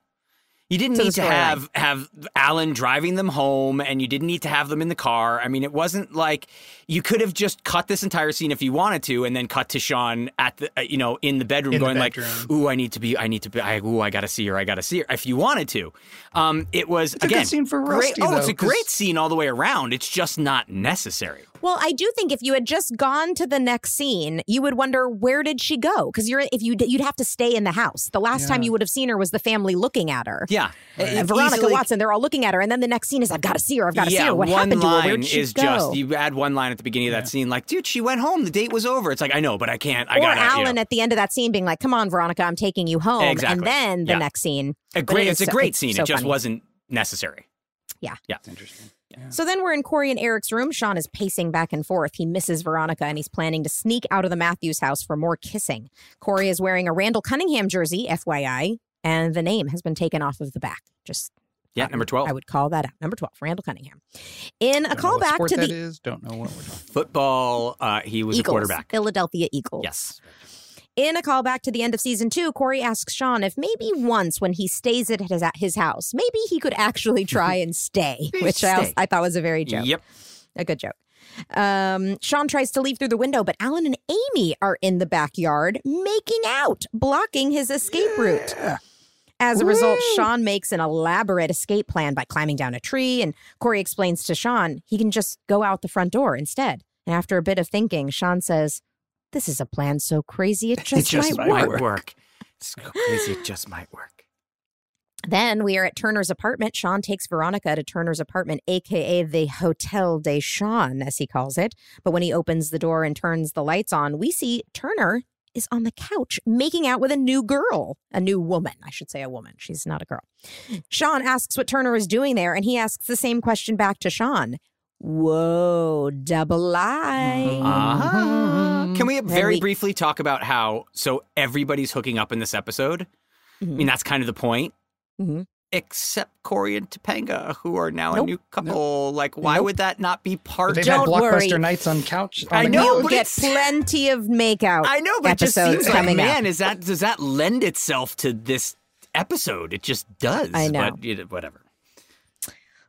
S2: You didn't
S3: To the
S2: need to
S3: storyline.
S2: have have Alan driving them home, and you didn't need to have them in the car. I mean, it wasn't like you could have just cut this entire scene if you wanted to, and then cut to Sean at the uh, you know in the bedroom
S1: In the
S2: going like,
S1: bedroom.
S2: "Ooh, I need to be, I need to be, I, ooh, I gotta see her, I gotta see her." If you wanted to, um, it was
S1: a good
S2: again
S1: scene for
S2: great-
S1: Rusty,
S2: oh, it's
S1: though,
S2: a great
S1: 'cause-
S2: scene all the way around. It's just not necessary.
S3: Well, I do think if you had just gone to the next scene, you would wonder where did she go? Because you're if you you'd have to stay in the house. The last time you would have seen her was the family looking at her.
S2: Yeah, e-
S3: And Uh, Veronica Watson, they're all looking at her, and then the next scene is I've got to see her. I've got to see
S2: yeah,
S3: her. What
S2: one
S3: happened to her?
S2: line
S3: Where did she
S2: is
S3: go?
S2: just you add one line at the beginning of that scene, like, dude, she went home. The date was over. It's like I know, but I can't. I
S3: or
S2: got
S3: Alan
S2: You know.
S3: at the end of that scene being like, "Come on, Veronica, I'm taking you home,"
S2: Exactly.
S3: and then the
S2: Yeah.
S3: next scene.
S2: A
S3: But
S2: great.
S3: it
S2: it's
S3: is
S2: a
S3: so-
S2: great
S3: it's
S2: scene.
S3: so
S2: it just
S3: funny.
S2: wasn't necessary.
S3: Yeah.
S2: Yeah.
S3: So then we're in Corey and Eric's room. Sean is pacing back and forth. He misses Veronica and he's planning to sneak out of the Matthews house for more kissing. Corey is wearing a Randall Cunningham jersey, FYI, and the name has been taken off of the back. Just
S2: Yeah. Number twelve.
S3: I would call that out. Number 12, Randall Cunningham. In a callback to the
S1: Don't know what we're talking.
S2: Football. Uh, he was a
S3: Eagles,
S2: quarterback.
S3: Philadelphia Eagles.
S2: Yes.
S3: In a callback to the end of season two, Corey asks Sean if maybe once when he stays at his, at his house, maybe he could actually try and stay, which I, also, I thought was a very joke,
S2: Yep.
S3: a good joke. Um, Sean tries to leave through the window, but Alan and Amy are in the backyard making out, blocking his escape route. As a result, Sean makes an elaborate escape plan by climbing down a tree, and Corey explains to Sean he can just go out the front door instead. And after a bit of thinking, Sean says, This is a plan so crazy it just,
S1: just
S3: might,
S1: might
S3: work.
S2: Might work. It's crazy. It just might work.
S3: Then we are at Turner's apartment. Sean takes Veronica to Turner's apartment, aka the Hotel de Sean, as he calls it. But when he opens the door and turns the lights on, we see Turner is on the couch making out with a new girl, a new woman. I should say a woman. She's not a girl. Sean asks what Turner is doing there, and he asks the same question back to Sean. Whoa, double lie.
S2: Uh-huh. Can we very
S3: Mm, we-
S2: briefly talk about how so everybody's hooking up in this episode? I
S3: Mm-hmm.
S2: mean, that's kind of the point.
S3: Mhm.
S2: Except Corey and Topanga, who are now a
S3: Nope.
S2: new couple. Like, why would that not be part
S1: They've
S2: of
S1: had
S3: Don't worry.
S1: blockbuster nights on couch.
S2: I
S1: on the
S2: know,
S1: couch.
S3: You'll
S2: but
S3: get
S2: it's-
S3: plenty of makeout.
S2: I know, but it just
S3: episodes
S2: seems like,
S3: coming up.
S2: man, is that does that lend itself to this episode? It just does.
S3: I know.
S2: But it, whatever.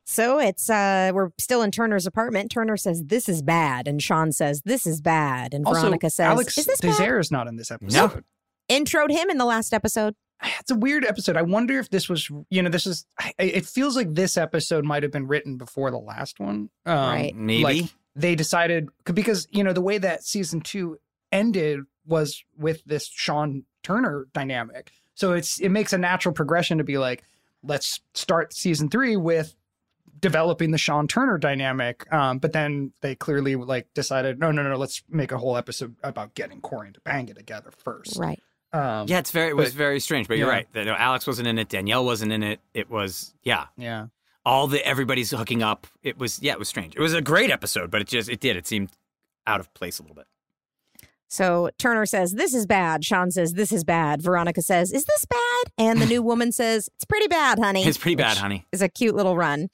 S3: So it's uh we're still in Turner's apartment. Turner says this is bad, and Sean says this is bad, and Veronica says
S1: Alex
S3: is this bad?
S1: Desire is not in this episode.
S3: Introed him in the last episode.
S1: It's a weird episode. I wonder if this was, you know, this is. I- It feels like this episode might have been written before the last one. Um,
S3: Right.
S2: Maybe.
S1: Like they decided because you know the way that season two ended was with this Sean Turner dynamic. So it's it makes a natural progression to be like, let's start season three with developing the Sean Turner dynamic. Um, but then they clearly like decided, no, no, no, let's make a whole episode about getting Corey and Topanga together first.
S3: Right.
S1: Um,
S2: Yeah, it's very it was
S1: But-
S2: very strange, but you're
S1: Yeah.
S2: right. That, no, Alex wasn't in it. Danielle wasn't in it. It was yeah,
S1: yeah.
S2: all the everybody's hooking up. It was yeah, it was strange. It was a great episode, but it just it did. It seemed out of place a little bit.
S3: So Turner says, This is bad. Sean says, This is bad. Veronica says, Is this bad? And the new woman says, It's pretty bad, honey.
S2: It's pretty bad,
S3: Which
S2: honey.
S3: Is a cute little run.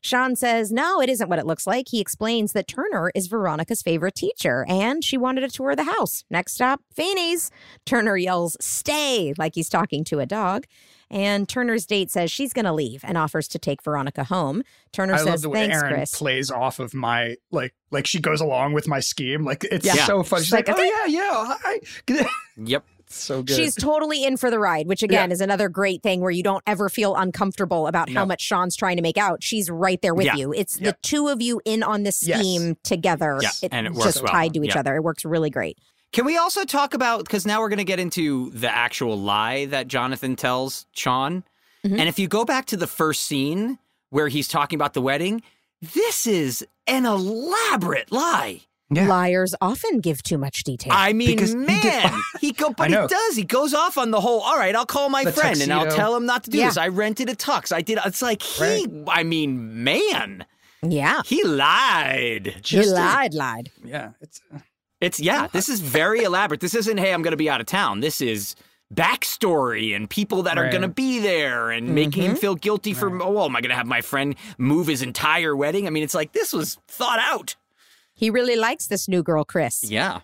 S3: Sean says, No, it isn't what it looks like. He explains that Turner is Veronica's favorite teacher and she wanted to tour of the house. Next stop, Fanny's. Turner yells, Stay, like he's talking to a dog. And Turner's date says she's going to leave and offers to take Veronica home. Turner
S1: I love
S3: says,
S1: the way
S3: Thanks,
S1: Erin
S3: Chris.
S1: plays off of my like like she goes along with my scheme. Like it's
S2: Yeah.
S1: so fun. She's like,
S3: like,
S1: oh yeah, yeah, hi.
S2: Yep.
S1: it's so good.
S3: She's totally in for the ride, which again is another great thing where you don't ever feel uncomfortable about how
S2: No.
S3: much Sean's trying to make out. She's right there with
S2: Yeah.
S3: you. It's
S1: Yeah.
S3: the two of you in on the
S1: Yes.
S3: scheme together.
S2: Yeah, and it works
S3: just
S2: well.
S3: tied to each
S2: Yeah.
S3: other. It works really great.
S2: Can we also talk about because now we're going to get into the actual lie that Jonathan tells Sean?
S1: Mm-hmm.
S2: And if you go back to the first scene where he's talking about the wedding, this is an elaborate lie.
S1: Yeah.
S3: Liars often give too much detail.
S2: I mean,
S1: Because he
S2: man,
S1: did-
S2: he go,
S1: I
S2: but
S1: know.
S2: he does. He goes off on the whole. All right, I'll call my
S1: The
S2: friend and I'll
S1: tuxedo.
S2: tell him not to do
S3: Yeah.
S2: this. I rented a tux. I did. It's like he.
S1: Right.
S2: I mean, man,
S3: yeah.
S2: he lied.
S3: He
S1: a-
S3: lied, lied.
S1: yeah, it's
S2: It's uh, yeah. This is very elaborate. This isn't hey, I'm going to be out of town. This is backstory and people that are
S1: Right. Mm-hmm.
S2: going to be there and making him feel guilty for oh, well, am I going to have my friend move his entire wedding? I mean, it's like this was thought out.
S3: He really likes this new girl, Chris.
S2: Yeah.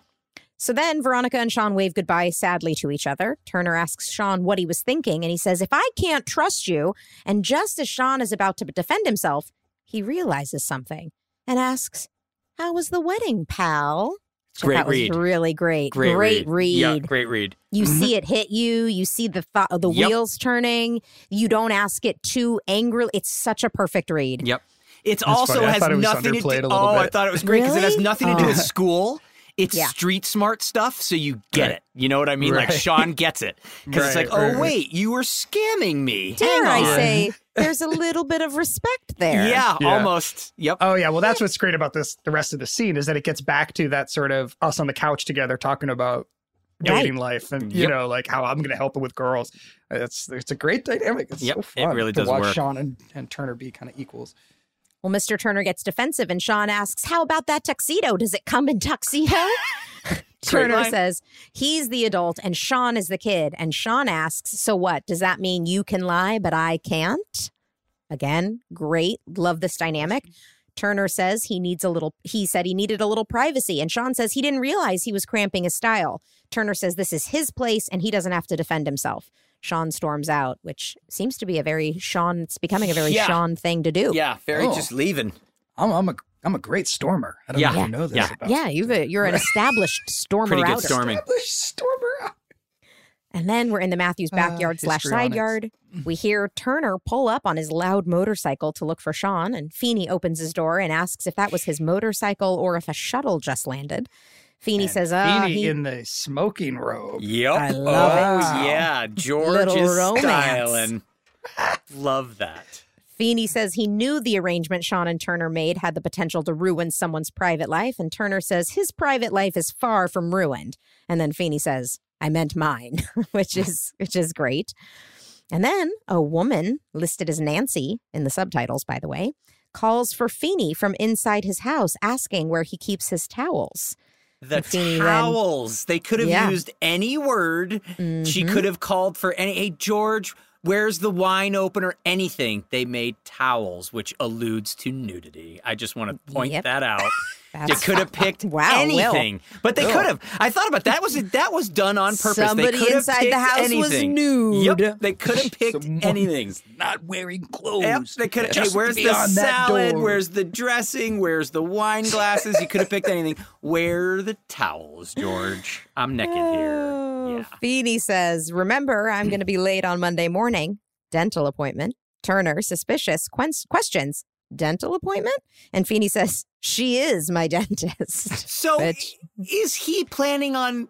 S3: So then Veronica and Sean wave goodbye sadly to each other. Turner asks Sean what he was thinking, and he says, If I can't trust you, and just as Sean is about to defend himself, he realizes something and asks, How was the wedding, pal? Which I
S2: Great
S3: thought was
S2: read.
S3: really great. read.
S2: Yeah, great read.
S3: You see it hit you, you see the thought the
S2: Yep.
S3: wheels turning, you don't ask it too angrily. It's such a perfect read.
S2: Yep. It's
S1: That's
S2: also
S1: funny. I
S2: has
S1: thought it was
S2: nothing to do.
S1: underplayed a little
S2: oh, I
S1: bit.
S2: thought it was great because it has
S3: Really?
S2: nothing to do
S3: Oh.
S2: with school. It's
S3: Yeah.
S2: street smart stuff, so you get
S1: Right.
S2: it. You know what I mean? Like
S1: Right.
S2: Sean gets it because it's
S1: Right,
S2: like, oh
S1: right, right.
S2: wait, you were scamming me.
S3: Dare I
S2: Hang on.
S3: say there's a little bit of respect there.
S2: Yeah,
S1: Yeah.
S2: almost. Yep.
S1: oh yeah. Well, that's what's great about this. The rest of the scene is that it gets back to that sort of us on the couch together talking about
S3: Right.
S1: dating life and you
S2: Yep.
S1: know like how I'm going to help it with girls. It's it's a great dynamic. It's
S2: Yep,
S1: so
S2: it
S1: fun.
S2: really
S1: to
S2: does
S1: watch
S2: work.
S1: Sean and, and Turner be kind of equals.
S3: Well, Mr. Turner gets defensive and Sean asks, How about that tuxedo? Does it come in tuxedo? Turner
S2: line.
S3: says he's the adult and Sean is the kid. And Sean asks, So what? Does that mean you can lie, but I can't? Again, great. Love this dynamic. Turner says he needs a little, he said he needed a little privacy. And Sean says he didn't realize he was cramping his style. Turner says this is his place and he doesn't have to defend himself. Sean storms out, which seems to be a very Sean, it's becoming a very
S2: Yeah.
S3: Sean thing to do.
S2: Yeah, very
S1: Oh.
S2: just leaving.
S1: I'm I'm a I'm a great stormer. I don't
S2: Yeah.
S1: know if you know this
S2: Yeah.
S1: about
S3: Yeah, you've a, you're an established stormer
S2: Pretty good
S3: outer.
S2: storming.
S1: stormer.
S3: And then we're in the Matthews
S1: Ah,
S3: backyard slash side
S1: histrionics.
S3: yard. We hear Turner pull up on his loud motorcycle to look for Sean, and Feeney opens his door and asks if that was his motorcycle or if a shuttle just landed. Feeney says, "Ah,
S1: Beanie
S3: he-
S1: in the smoking robe.
S2: Yep.
S3: I love
S1: it.
S2: oh, Yeah, George
S3: Little
S2: is
S3: romance.
S2: styling. love that.
S3: Feeney says he knew the arrangement Sean and Turner made had the potential to ruin someone's private life, and Turner says his private life is far from ruined. And then Feeney says, "I meant mine," which is which is great. And then a woman listed as Nancy in the subtitles, by the way, calls for Feeney from inside his house, asking where he keeps his towels.
S2: The
S3: Feeney then-
S2: towels. They could have
S3: Yeah. Mm-hmm.
S2: used any word. She could have called for any. Hey, George, where's the wine opener? Anything. They made towels, which alludes to nudity. I just want to point
S3: Yep.
S2: that out. They
S3: That's-
S2: could have picked
S3: Wow, Will.
S2: anything, but they could have. I thought about that. Was that was done on purpose? They
S3: Somebody
S2: could have
S3: inside the
S2: picked
S3: house was
S2: anything. Yep,
S3: nude.
S2: they could have picked anything.
S1: Not wearing clothes.
S2: Yep, they could have. Hey, where's the
S1: beyond that
S2: salad?
S1: door.
S2: Where's the dressing? Where's the wine glasses? You could have picked anything. Where are the towels, George? I'm naked
S3: Oh,
S2: here. Yeah.
S3: Feeney says, Remember, I'm going to be late on Monday morning. Dental appointment. Turner, suspicious, quen- questions. Dental appointment? And Feeney says, She is my dentist.
S2: So,
S3: Bitch.
S2: is he planning on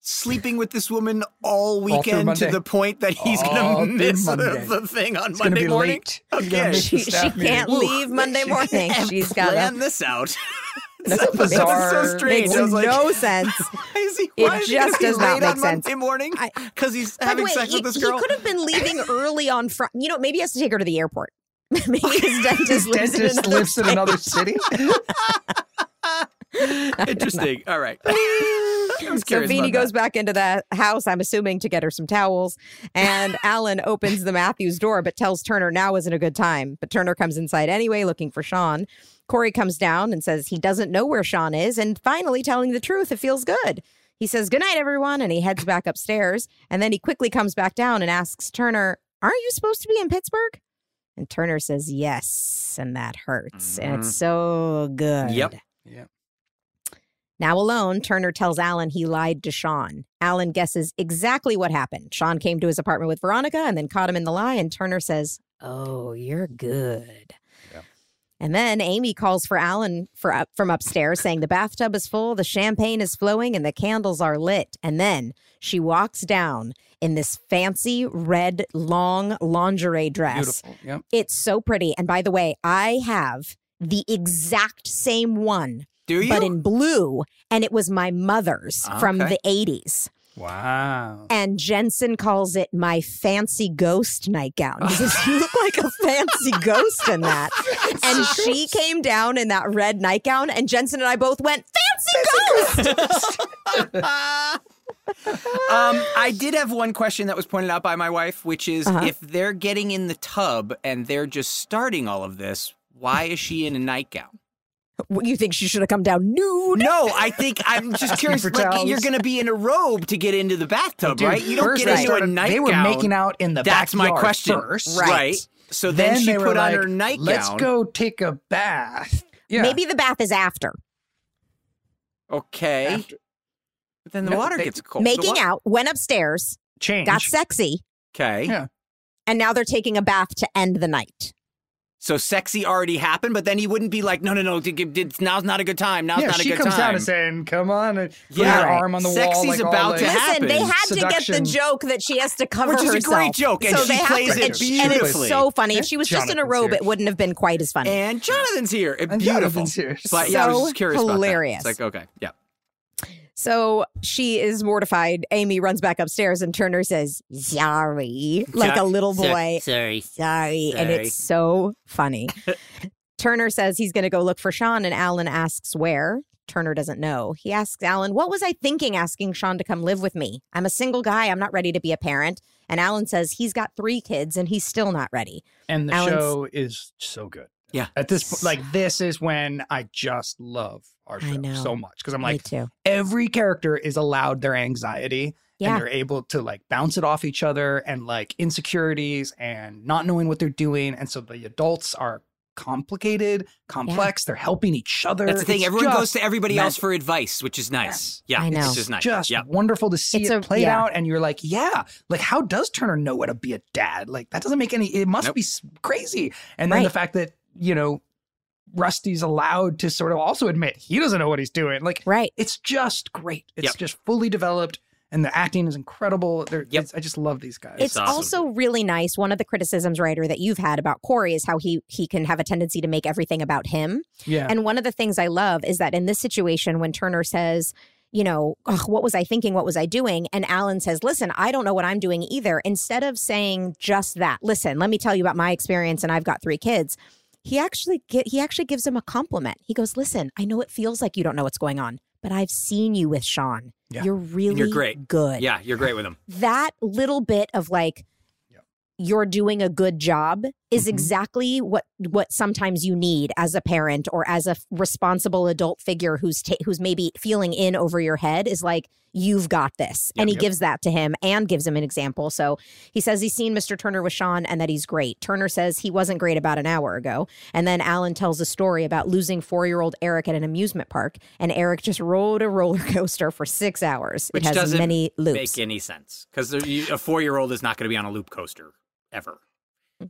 S2: sleeping with this woman all
S1: through
S2: weekend to
S1: Monday.
S2: the point that he's
S1: All
S2: going to
S1: through
S2: miss
S1: Monday.
S2: the, the thing on
S1: gonna
S2: Monday
S1: be
S2: morning?
S1: late. He's gonna
S2: Okay.
S1: miss the
S3: She, she
S1: staff meeting.
S3: can't
S2: Ooh.
S3: leave Monday morning. She's got
S2: plan
S3: to.
S2: this out.
S1: That's a bizarre.
S2: so strange.
S3: Makes
S2: I was like,
S3: no sense.
S2: Why is he?
S3: It
S2: Why is he gonna
S3: just
S2: be
S3: does not
S2: late
S3: make
S2: on Monday
S3: sense.
S2: morning
S3: I-
S2: because he's
S3: By the
S2: having
S3: way,
S2: sex
S3: he,
S2: with this
S3: he
S2: girl.
S3: could have been leaving early on Friday. You know, maybe he has to take her to the airport. maybe his dentist lives in
S1: Dentist
S3: another
S1: lives in another city.
S2: Interesting. All right. I was
S3: So
S2: curious
S3: Vini
S2: about
S3: goes
S2: that.
S3: back into the house, I'm assuming, to get her some towels. And Alan opens the Matthews door, but tells Turner now isn't a good time. But Turner comes inside anyway, looking for Sean. Corey comes down and says he doesn't know where Sean is. And finally, telling the truth, it feels good. He says, Good night, everyone. And he heads back upstairs. And then he quickly comes back down and asks Turner, Aren't you supposed to be in Pittsburgh? And Turner says, Yes. And that hurts. And it's so good.
S2: Yep.
S3: Now alone, Turner tells Alan he lied to Sean. Alan guesses exactly what happened. Sean came to his apartment with Veronica and then caught him in the lie, and Turner says, Oh, you're good. And then Amy calls for Alan for up, from upstairs, saying the bathtub is full, the champagne is flowing, and the candles are lit. And then she walks down in this fancy red long lingerie dress.
S1: Beautiful. Yep.
S3: It's so pretty. And by the way, I have the exact same one
S2: Do you?
S3: but in blue, and it was my mother's from
S2: Okay.
S3: the 80s.
S1: Wow.
S3: And Jensen calls it my fancy ghost nightgown. He says, You look like a fancy ghost in that. And she came down in that red nightgown, and Jensen and I both went, Fancy ghost!
S2: um, I did have one question that was pointed out by my wife, which is
S3: Uh-huh.
S2: if they're getting in the tub and they're just starting all of this, why is she in a nightgown?
S3: What, you think she should have come down nude?
S2: No, I think I'm just curious.
S1: for
S2: Like,
S1: towels.
S2: you're going to be in a robe to get into the bathtub,
S1: Dude,
S2: right? You don't
S1: first
S2: get
S1: they
S2: into a
S1: started-
S2: nightgown.
S1: They were making out in the
S2: That's my
S1: backyard
S2: question.
S1: first.
S2: Right. So then, she
S1: they were
S2: put on
S1: like,
S2: her nightgown.
S1: Let's go take a bath. Yeah.
S3: Maybe the bath is after.
S2: Okay. But then the
S1: No,
S2: water
S1: they-
S2: gets cold. The
S3: Making
S2: wa-
S3: out, went upstairs,
S1: change.
S3: got sexy,
S2: Okay.
S1: Yeah.
S3: and now they're taking a bath to end the night.
S2: So sexy already happened, but then he wouldn't be like, no, no, no, d- d- d- now's not a good time. Now's
S1: yeah,
S2: not a
S1: she
S2: good
S1: comes
S2: time.
S1: down and saying, "Come on," and put
S2: Yeah.
S1: her arm on the wall.
S2: Sexy's
S1: like, all,
S2: about
S1: like,
S2: to happen.
S3: Listen, they had to get
S1: Seduction.
S3: the joke that she has to cover
S2: Which is a
S3: herself.
S2: great joke, and
S3: so
S2: she
S3: they have
S2: plays
S3: to,
S2: it
S3: and, she- And
S2: beautifully.
S3: it's so funny. If she was just in a
S1: Jonathan's
S3: robe,
S1: here.
S3: it wouldn't have been quite as funny.
S2: And Jonathan's here. It's
S1: And
S2: Beautiful.
S1: Jonathan's here.
S2: But yeah, I was
S3: So
S2: just curious
S3: hilarious.
S2: about that. It's like, okay, yeah.
S3: so she is mortified. Amy runs back upstairs, and Turner says, "Sorry," like a little boy.
S2: Sorry.
S3: Sorry, and it's so funny. Turner says he's going to go look for Sean, and Alan asks where. Turner doesn't know. He asks Alan, What was I thinking asking Sean to come live with me? I'm a single guy. I'm not ready to be a parent. And Alan says he's got three kids and he's still not ready.
S1: And the
S3: Alan's-
S1: show is so good.
S2: Yeah.
S1: At this point, like this is when I just love our
S3: I
S1: show
S3: know.
S1: so much because I'm
S3: me
S1: like
S3: too.
S1: every character is allowed their anxiety
S3: Yeah.
S1: and they're able to like bounce it off each other and like insecurities and not knowing what they're doing and so the adults are complicated, complex, they're helping each other.
S2: That's the thing.
S1: It's
S2: Everyone goes
S1: just
S2: to everybody else
S1: magic.
S2: for advice, which is nice. Yeah,
S3: I know.
S2: which is nice.
S1: just
S2: yeah.
S1: wonderful to see
S3: It's
S1: it
S3: a-
S1: played
S3: yeah.
S1: out and you're like yeah like how does turner know how to be a dad like that doesn't make any it must
S2: Nope.
S1: be s- crazy and then the
S3: Right.
S1: fact that you know rusty's allowed to sort of also admit he doesn't know what he's doing like
S3: Right.
S1: it's just great it's
S2: Yep.
S1: just fully developed and the acting is incredible They're,
S2: Yep.
S1: it's- i just love these guys
S3: It's
S2: awesome.
S3: also really nice. One of the criticisms, writer, that you've had about Corey is how he he can have a tendency to make everything about him.
S1: yeah
S3: And one of the things I love is that in this situation, when Turner says, you know, "Ugh, what was I thinking? What was I doing? And Alan says, listen, I don't know what I'm doing either. Instead of saying just that, listen, let me tell you about my experience and I've got three kids. He actually get, he actually gives him a compliment. He goes, "Listen, I know it feels like you don't know what's going on, but I've seen you with Sean.
S1: Yeah.
S3: You're really
S2: great.
S3: good
S2: Yeah, you're great with them.
S3: that little bit of like you're doing a good job is
S2: Mm-hmm.
S3: exactly what what sometimes you need as a parent or as a f- responsible adult figure who's ta- who's maybe feeling in over your head is like you've got this and he gives that to him and gives him an example so he says he's seen Mr. Turner with Sean and that he's great Turner says he wasn't great about an hour ago and then Alan tells a story about losing 4-year-old Eric at an amusement park and Eric just rode a roller coaster for 6 hours
S2: Which
S3: it has
S2: doesn't
S3: many loops
S2: Make any sense. Because a four year old is not going to be on a loop coaster ever.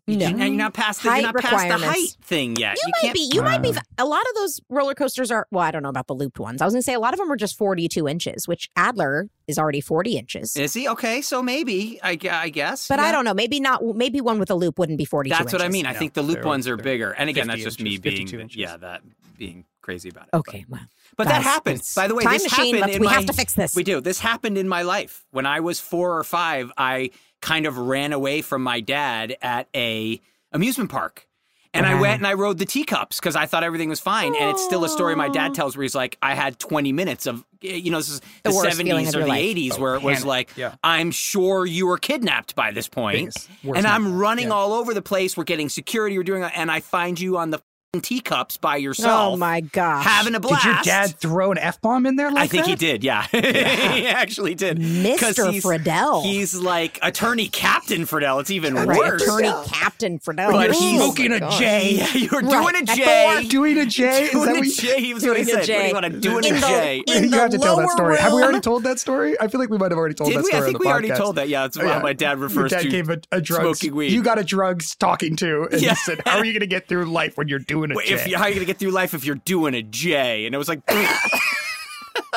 S2: You can't- you're not past the, you're
S3: Height
S2: not past the
S3: requirements.
S2: height thing yet.
S3: You, might
S2: can't
S3: be. You might be. A lot of those roller coasters are. Well, I don't know about the looped ones. I was going to say a lot of them are just forty-two inches, which Adler is already forty inches.
S2: Is he okay? So maybe I, gu- I guess.
S3: but
S2: yeah.
S3: I don't know. Maybe not. Maybe one with a loop wouldn't be forty-two.
S2: That's what I
S3: inches.
S2: mean. I think the loop
S1: they're-
S2: ones are
S1: they're
S2: bigger. And again, that's
S1: 50
S2: just me
S1: inches,
S2: being
S1: 52 inches.
S2: yeah that being crazy about it. but-
S3: Okay. Well,
S2: But that
S3: Guys,
S2: happened.
S3: it's-
S2: By the way,
S3: time
S2: this
S3: machine,
S2: happened.
S3: let's-
S2: in
S3: we
S2: my-
S3: have to fix this.
S2: We do. This happened in my life when I was four or five. I kind of ran away from my dad at a amusement park. And I went and I rode the teacups because I thought everything was fine. And it's still a story my dad tells where he's like, I had 20 minutes of, you know, this is the,
S3: The worst feeling
S2: 70s
S3: of
S2: or
S3: your
S2: the
S3: life. Oh,
S2: 80s where it was like,
S1: Yeah.
S2: I'm sure you were kidnapped by this point.
S1: Biggest, worst
S2: And I'm running all over the place. We're getting security. We're doing, and I find you on the f***ing teacups by yourself.
S3: oh my gosh.
S2: Having a blast.
S1: Did your dad throw an f bomb in there? Like
S2: I think he
S1: that?
S2: did. Yeah, he actually did. 'Cause
S3: Mr.
S2: he's-
S3: Friedel.
S2: He's like attorney captain Friedel. It's even
S3: Right,
S2: worse.
S3: attorney captain Oh Friedel.
S2: But
S3: Ooh.
S2: he's-
S1: Smoking a J.
S2: Yeah, you were
S3: Right,
S2: doing a
S3: at
S2: J.
S3: four.
S1: Doing a J? Is that
S2: Doing
S1: what
S2: a
S1: you-
S2: J. He was doing a
S3: Doing a
S2: J.
S3: J.
S2: What do you want? Doing
S3: In
S2: a
S3: the- E
S2: J.
S3: in
S1: you
S3: the
S1: have to tell that
S3: lower
S1: story. Have we already
S3: room.
S1: told that story? I feel like we might have already told
S2: Did
S1: that
S2: we? I
S1: story.
S2: think
S1: on the
S2: we already
S1: podcast.
S2: told that. Yeah, that's
S1: Oh,
S2: why my dad refers
S1: Your dad
S2: to
S1: gave a, a drug.
S2: smoking weed.
S1: You got a drugs talking to, and
S2: Yeah.
S1: he said, "How are you going to get through life when you're doing a
S2: Wait,
S1: J?"
S2: If you, how are you gonna get through life if you're doing a J? And it was like.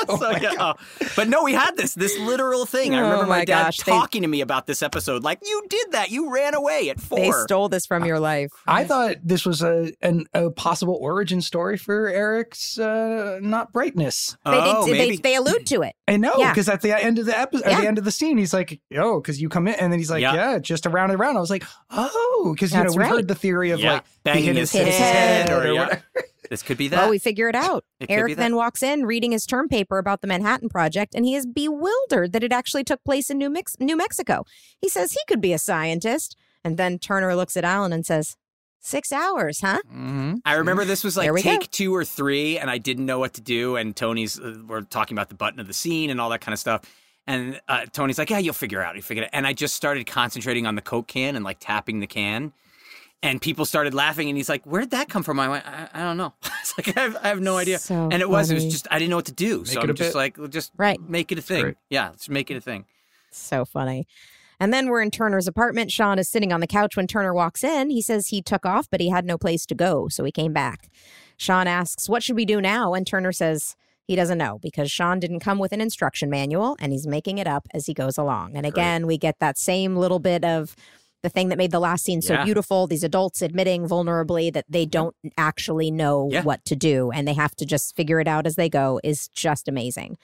S1: Oh
S2: so, yeah. But no, we had this this literal thing. I
S3: Oh
S2: remember my,
S3: my
S2: dad
S3: gosh, they-
S2: talking to me about this episode. Like, you did that. You ran away at four.
S3: They stole this from your life.
S1: I thought this was a an, a possible origin story for Eric's uh, not brightness.
S3: They, did-
S2: oh,
S3: they,
S2: maybe.
S3: they allude to it.
S1: I know
S3: Yeah.
S1: because at the end of the episode, at
S3: Yeah.
S1: the end of the scene, he's like, "Yo," because you come in, and then he's like,
S2: Yeah.
S1: "Yeah, just around and around." I was like, "Oh," because you know
S3: That's
S1: we
S3: right.
S1: heard the theory of
S2: Yeah.
S1: like
S2: Banging
S1: he hit
S2: his
S1: his,
S3: head
S2: or- yeah.
S1: whatever.
S2: this could be that.
S3: Well, we figure it out.
S2: It could be
S3: Eric
S2: that.
S3: then walks in reading his term paper about the Manhattan Project, and he is bewildered that it actually took place in New, Mex- New Mexico. He says he could be a scientist. And then Turner looks at Alan and says, Six hours, huh?
S2: I remember this was
S3: There we
S2: like
S3: go.
S2: take two or three, and I didn't know what to do. And Tony's, uh, we're talking about the button of the scene and all that kind of stuff. And uh, Tony's like, "Yeah, you'll figure it out. You figure it." out. And I just started concentrating on the Coke can and like tapping the can, and people started laughing. And he's like, "Where'd that come from?" I went, "I, I don't know." it's like I have, I have no idea.
S3: So
S2: and it was, it
S3: funny.
S2: was just I didn't know what to do. so
S1: it
S2: I'm
S1: a
S2: just
S1: bit.
S2: like, just
S3: Right.
S2: make it a thing. Yeah, let's make it a thing.
S3: So funny. And then we're in Turner's apartment. Sean is sitting on the couch when Turner walks in. He says he took off, but he had no place to go, so he came back. Sean asks, What should we do now? And Turner says, he doesn't know because Sean didn't come with an instruction manual and he's making it up as he goes along. And again, we get that same little bit of the thing that made the last scene so
S2: Yeah. Mm-hmm.
S3: beautiful these adults admitting vulnerably that they don't actually know
S2: Yeah.
S3: what to do and they have to just figure it out as they go is just amazing.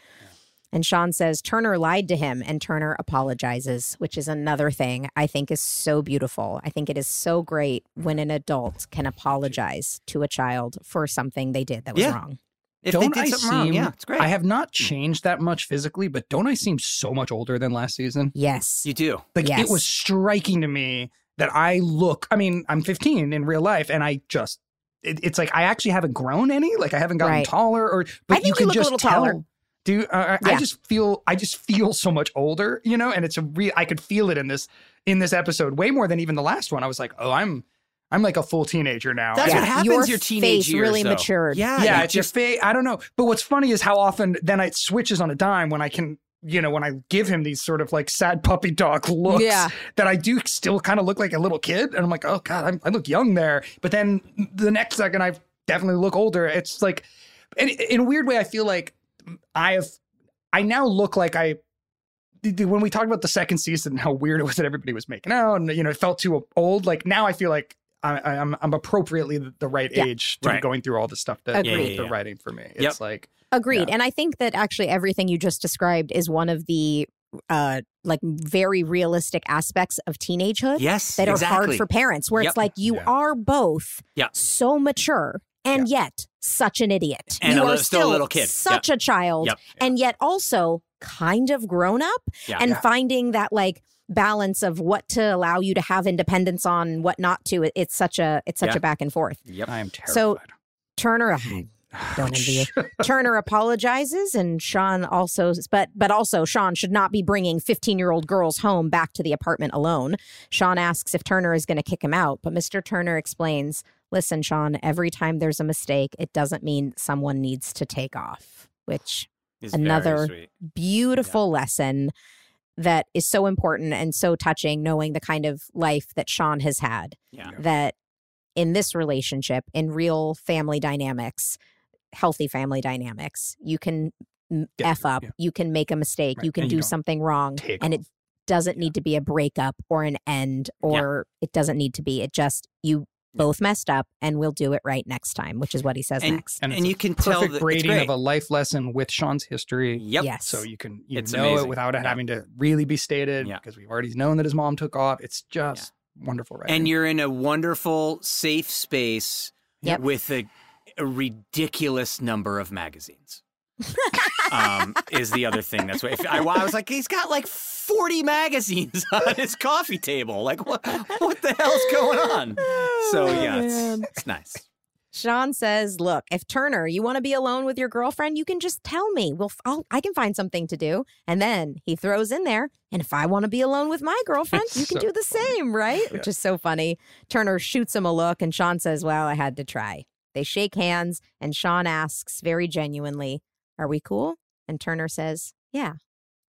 S3: And Sean says Turner lied to him and Turner apologizes, which is another thing I think is so beautiful. I think it is so great when an adult can apologize to a child for something they did that was
S2: Yeah.
S3: wrong.
S2: If
S1: don't
S2: they
S1: I
S2: did something wrong,
S1: seem-
S2: yeah, it's great.
S1: I have not changed that much physically, but don't I seem so much older than last season?
S3: Yes.
S2: you do.
S1: Like
S3: Yes.
S1: it was striking to me that I look. I mean, I'm 15 in real life, and I just it, it's like I actually haven't grown any. Like I haven't gotten
S3: Right.
S1: taller, or but
S3: think you
S1: can
S3: look a
S1: just
S3: little
S1: tell.
S3: taller.
S1: Dude, uh, I
S3: Yeah.
S1: just feel I just feel so much older, you know, and it's a real. I could feel it in this in this episode way more than even the last one. I was like, oh, I'm I'm like a full teenager now.
S2: That's
S3: Yeah.
S2: what happens
S3: Your
S2: your teenage
S3: face
S2: years.
S3: really
S2: though.
S3: matured.
S2: Yeah,
S1: yeah,
S2: you
S1: it's just fa- I don't know. But what's funny is how often then it switches on a dime when I can, you know, when I give him these sort of like sad puppy dog looks
S3: Yeah.
S1: that I do still kind of look like a little kid, and I'm like, oh god, I'm, I look young there. But then the next second, I definitely look older. It's like, in, in a weird way, I feel like I have, I now look like I. When we talked about the second season and how weird it was that everybody was making out, and you know, it felt too old. Like now, I feel like I, I'm I'm appropriately the right
S3: Yeah.
S1: age to
S2: Right.
S1: be going through all the stuff that
S3: Agreed.
S2: Yeah, yeah,
S1: the
S2: yeah.
S1: writing for me. It's
S2: Yep.
S1: like
S3: Agreed. And I think that actually everything you just described is one of the uh like very realistic aspects of teenagehood
S2: Yes,
S3: that
S2: exactly.
S3: are hard for parents where
S2: Yep.
S3: it's like you
S1: Yeah.
S3: are both
S2: Yeah.
S3: so mature and yet such an idiot.
S2: And
S3: you
S2: a
S3: are
S2: little- still a little kid.
S3: Such a child
S2: Yep.
S3: and yet also kind of grown up
S2: Yeah.
S3: and finding that like balance of what to allow you to have independence on and what not to It- it's such a it's such
S2: Yeah. Mm-hmm.
S3: a back and forth.
S2: Yep.
S1: I am terrified.
S3: So Turner, I don't envy you. Turner apologizes, and Sean also, but but also Sean should not be bringing fifteen-year-old girls home back to the apartment alone. Sean asks if Turner is going to kick him out, but Mister Turner explains, "Listen, Sean, every time there's a mistake, it doesn't mean someone needs to take off." Which
S2: It's very
S3: another
S2: sweet.
S3: beautiful lesson that is so important and so touching, knowing the kind of life that Sean has had.
S2: Yeah.
S3: That in this relationship, in real family dynamics, healthy family dynamics, you can m
S1: Yeah,
S3: F up,
S1: yeah.
S3: you can make a mistake,
S1: Right,
S3: you can
S1: and
S3: do
S1: you don't
S3: something wrong,
S1: Take
S3: and
S1: off.
S3: it doesn't need to be a breakup or an end, or it doesn't need to be. It just, you both messed up and we'll do it right next time, which is what he says
S2: And,
S3: next.
S2: and,
S1: And uh, it's
S2: you can tell
S1: perfect
S2: that it's
S1: grading
S2: great.
S1: of a life lesson with Sean's history.
S2: yep.
S3: Yes.
S1: So you can you
S2: It's
S1: know
S2: amazing.
S1: it without it
S2: Yeah.
S1: having to really be stated
S2: Yeah.
S1: because we've already known that his mom took off. It's just wonderful, right?
S2: And you're in a wonderful, safe space
S3: Yep.
S2: with a, a ridiculous number of magazines. um, is the other thing. That's why if I, I was like, he's got like 40 magazines on his coffee table. Like, what, what the hell's going on? So,
S3: Oh,
S2: yeah, it's, it's nice.
S3: Sean says, "Look, if Turner, you want to be alone with your girlfriend, you can just tell me. Well, f- I'll, I can find something to do." And then he throws in there, "And if I want to be alone with my girlfriend, you can do the same, right?" Which is so funny. Turner shoots him a look, and Sean says, "Well, I had to try." They shake hands, and Sean asks very genuinely, "Are we cool?" And Turner says, "Yeah,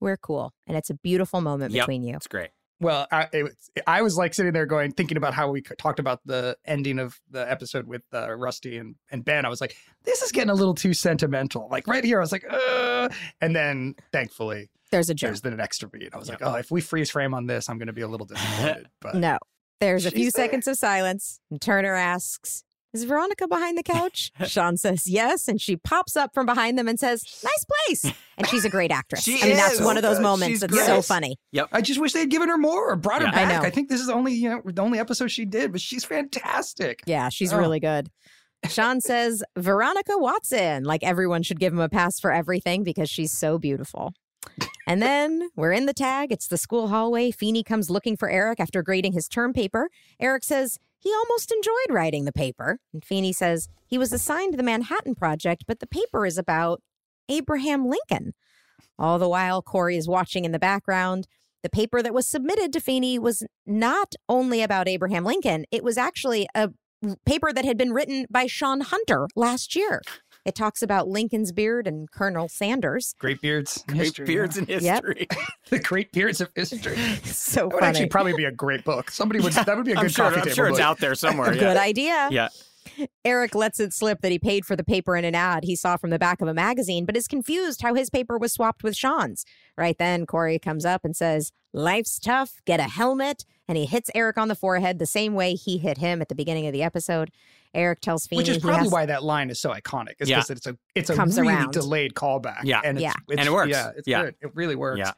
S3: we're cool." And it's a beautiful moment
S2: Yep.
S3: between you.
S2: It's great.
S1: Well, I, it, was- I was like sitting there going, thinking about how we c- talked about the ending of the episode with uh, Rusty and, and Ben. I was like, this is getting a little too sentimental. Like right here, I was like, uh. And then thankfully,
S3: There's a joke.
S1: there's the next beat. I was like, oh, if we freeze frame on this, I'm going to be a little disappointed. But
S3: No. There's a
S1: She's
S3: few
S1: there.
S3: seconds of silence, and Turner asks, Is Veronica behind the couch? Sean says yes, and she pops up from behind them and says, Nice place. And she's a great actress.
S2: She
S3: I mean, that's
S2: is.
S3: one of those
S2: Oh,
S3: moments
S2: she's
S3: that's
S2: great.
S3: so funny.
S1: I just wish they had given her more or brought her
S2: Yeah.
S3: I
S1: back.
S3: know.
S1: I, think this is only you know the only episode she did, but she's fantastic.
S3: Yeah, she's
S1: Oh.
S3: really good. Sean says, Veronica Watson. Like everyone should give him a pass for everything because she's so beautiful. And then we're in the tag. It's the school hallway. Feeney comes looking for Eric after grading his term paper. Eric says he almost enjoyed writing the paper. And Feeney says he was assigned the Manhattan Project, but the paper is about Abraham Lincoln. All the while, Corey is watching in the background. The paper that was submitted to Feeney was not only about Abraham Lincoln, it was actually a paper that had been written by Sean Hunter last year. It talks about Lincoln's beard and Colonel Sanders.
S1: Great beards, in
S2: Great
S1: history,
S2: beards in
S3: Yep.
S2: history.
S1: the great beards of history. That
S3: So
S1: would
S3: funny.
S1: actually probably be a great book. Somebody would. That would be a good
S2: I'm sure,
S1: coffee
S2: I'm
S1: table
S2: sure
S1: book.
S2: it's out there somewhere.
S3: Good
S2: Yeah.
S3: idea.
S2: Yeah.
S3: Eric lets it slip that he paid for the paper in an ad he saw from the back of a magazine, but is confused how his paper was swapped with Sean's. Right then, Corey comes up and says, Life's tough, get a helmet. And he hits Eric on the forehead the same way he hit him at the beginning of the episode. Eric tells Feeney
S1: Which is
S3: he
S1: probably
S3: has-
S1: why that line is so iconic. It's
S2: Yeah.
S1: because it's a it's a
S3: Comes
S1: really
S3: around.
S1: delayed callback.
S2: Yeah.
S1: and it's,
S3: Yeah.
S1: it's-
S2: And it works.
S1: Yeah, it's
S2: Yeah.
S1: good. It really works.
S2: Yeah.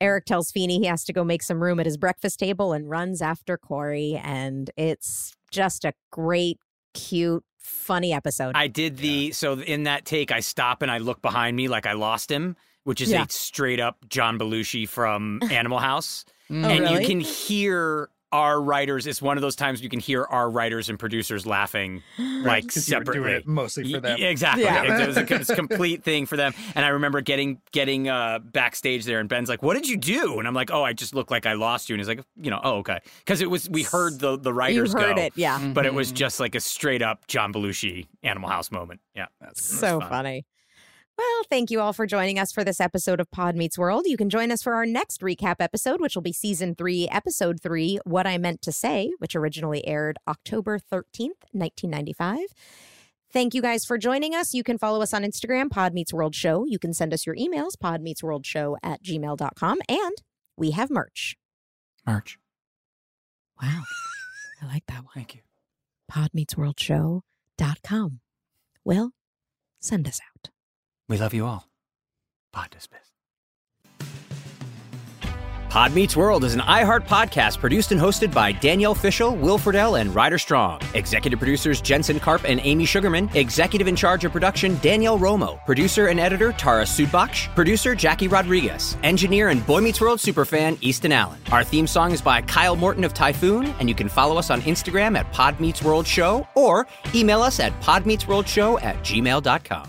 S3: Eric tells Feeney he has to go make some room at his breakfast table and runs after Corey. And it's just a great, cute, funny episode.
S2: I did the so in that take I stop and I look behind me like I lost him, which is
S3: Yeah.
S2: a straight up John Belushi from Animal House.
S1: Mm.
S3: Oh,
S2: and
S3: really?
S2: you can hear our writers it's one of those times you can hear our writers and producers laughing like
S1: Because you were doing
S2: separately.
S1: it mostly for
S2: Y-
S1: them.
S2: y- Exactly.
S3: Yeah.
S2: It was a it was a complete thing for them. And I remember getting getting uh, backstage there, and Ben's like, "What did you do?" And I'm like, "Oh, I just looked like I lost you." And he's like, "You know, oh, okay," because it was we heard the the
S3: you
S2: writers
S3: heard
S2: go,
S3: it. Yeah.
S2: but it was
S1: Mm-hmm.
S2: just like a straight up John Belushi Animal House moment. Yeah.
S3: so funny. Well, thank you all for joining us for this episode of Pod Meets World. You can join us for our next recap episode, which will be season three, episode three, What I Meant to Say, which originally aired October 13th, 1995. Thank you guys for joining us. You can follow us on Instagram, Pod Meets World Show. You can send us your emails, podmeetsworldshow at gmail.com. And we have merch.
S2: March.
S3: Wow. I like that one.
S2: Thank you.
S3: Podmeetsworldshow.com. Well, send us out.
S2: We love you all. Pod dismissed. Pod Meets World is an iHeart podcast produced and hosted by Danielle Fishel, Will Friedle, and Ryder Strong. Executive producers Jensen Karp and Amy Sugarman. Executive in charge of production Danielle Romo. Producer and editor Tara Sudbach. Producer Jackie Rodriguez. Engineer and Boy Meets World superfan Easton Allen. Our theme song is by Kyle Morton of Typhoon, and you can follow us on Instagram at Pod Meets World Show or email us at podmeetsworldshow at gmail.com.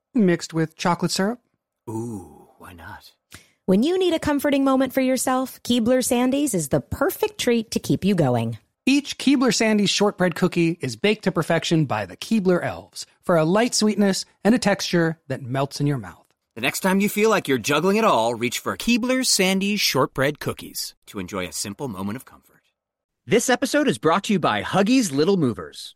S1: mixed with chocolate syrup.
S2: Ooh, why not?
S3: When you need a comforting moment for yourself, Keebler Sandies is the perfect treat to keep you going.
S1: Each Keebler Sandy shortbread cookie is baked to perfection by the Keebler elves for a light sweetness and a texture that melts in your mouth.
S2: The next time you feel like you're juggling it all, reach for Keebler Sandy's shortbread cookies to enjoy a simple moment of comfort. This episode is brought to you by Huggies Little Movers.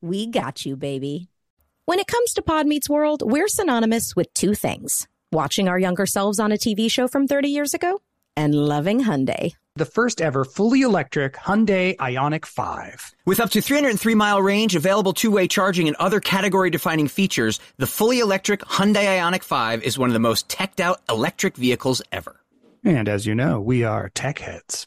S3: We got you, baby. When it comes to Pod Meets World, we're synonymous with two things watching our younger selves on a TV show from 30 years ago and loving Hyundai.
S1: The first ever fully electric Hyundai Ionic 5.
S2: With up to 303 mile range, available two way charging, and other category defining features, the fully electric Hyundai Ionic 5 is one of the most teched out electric vehicles ever.
S1: And as you know, we are tech heads.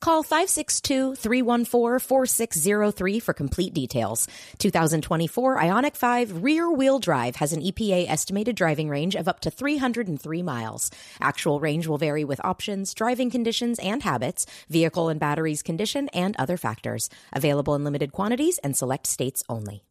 S3: Call 562 314 4603 for complete details. 2024 Ionic 5 rear wheel drive has an EPA estimated driving range of up to 303 miles. Actual range will vary with options, driving conditions and habits, vehicle and batteries condition, and other factors. Available in limited quantities and select states only.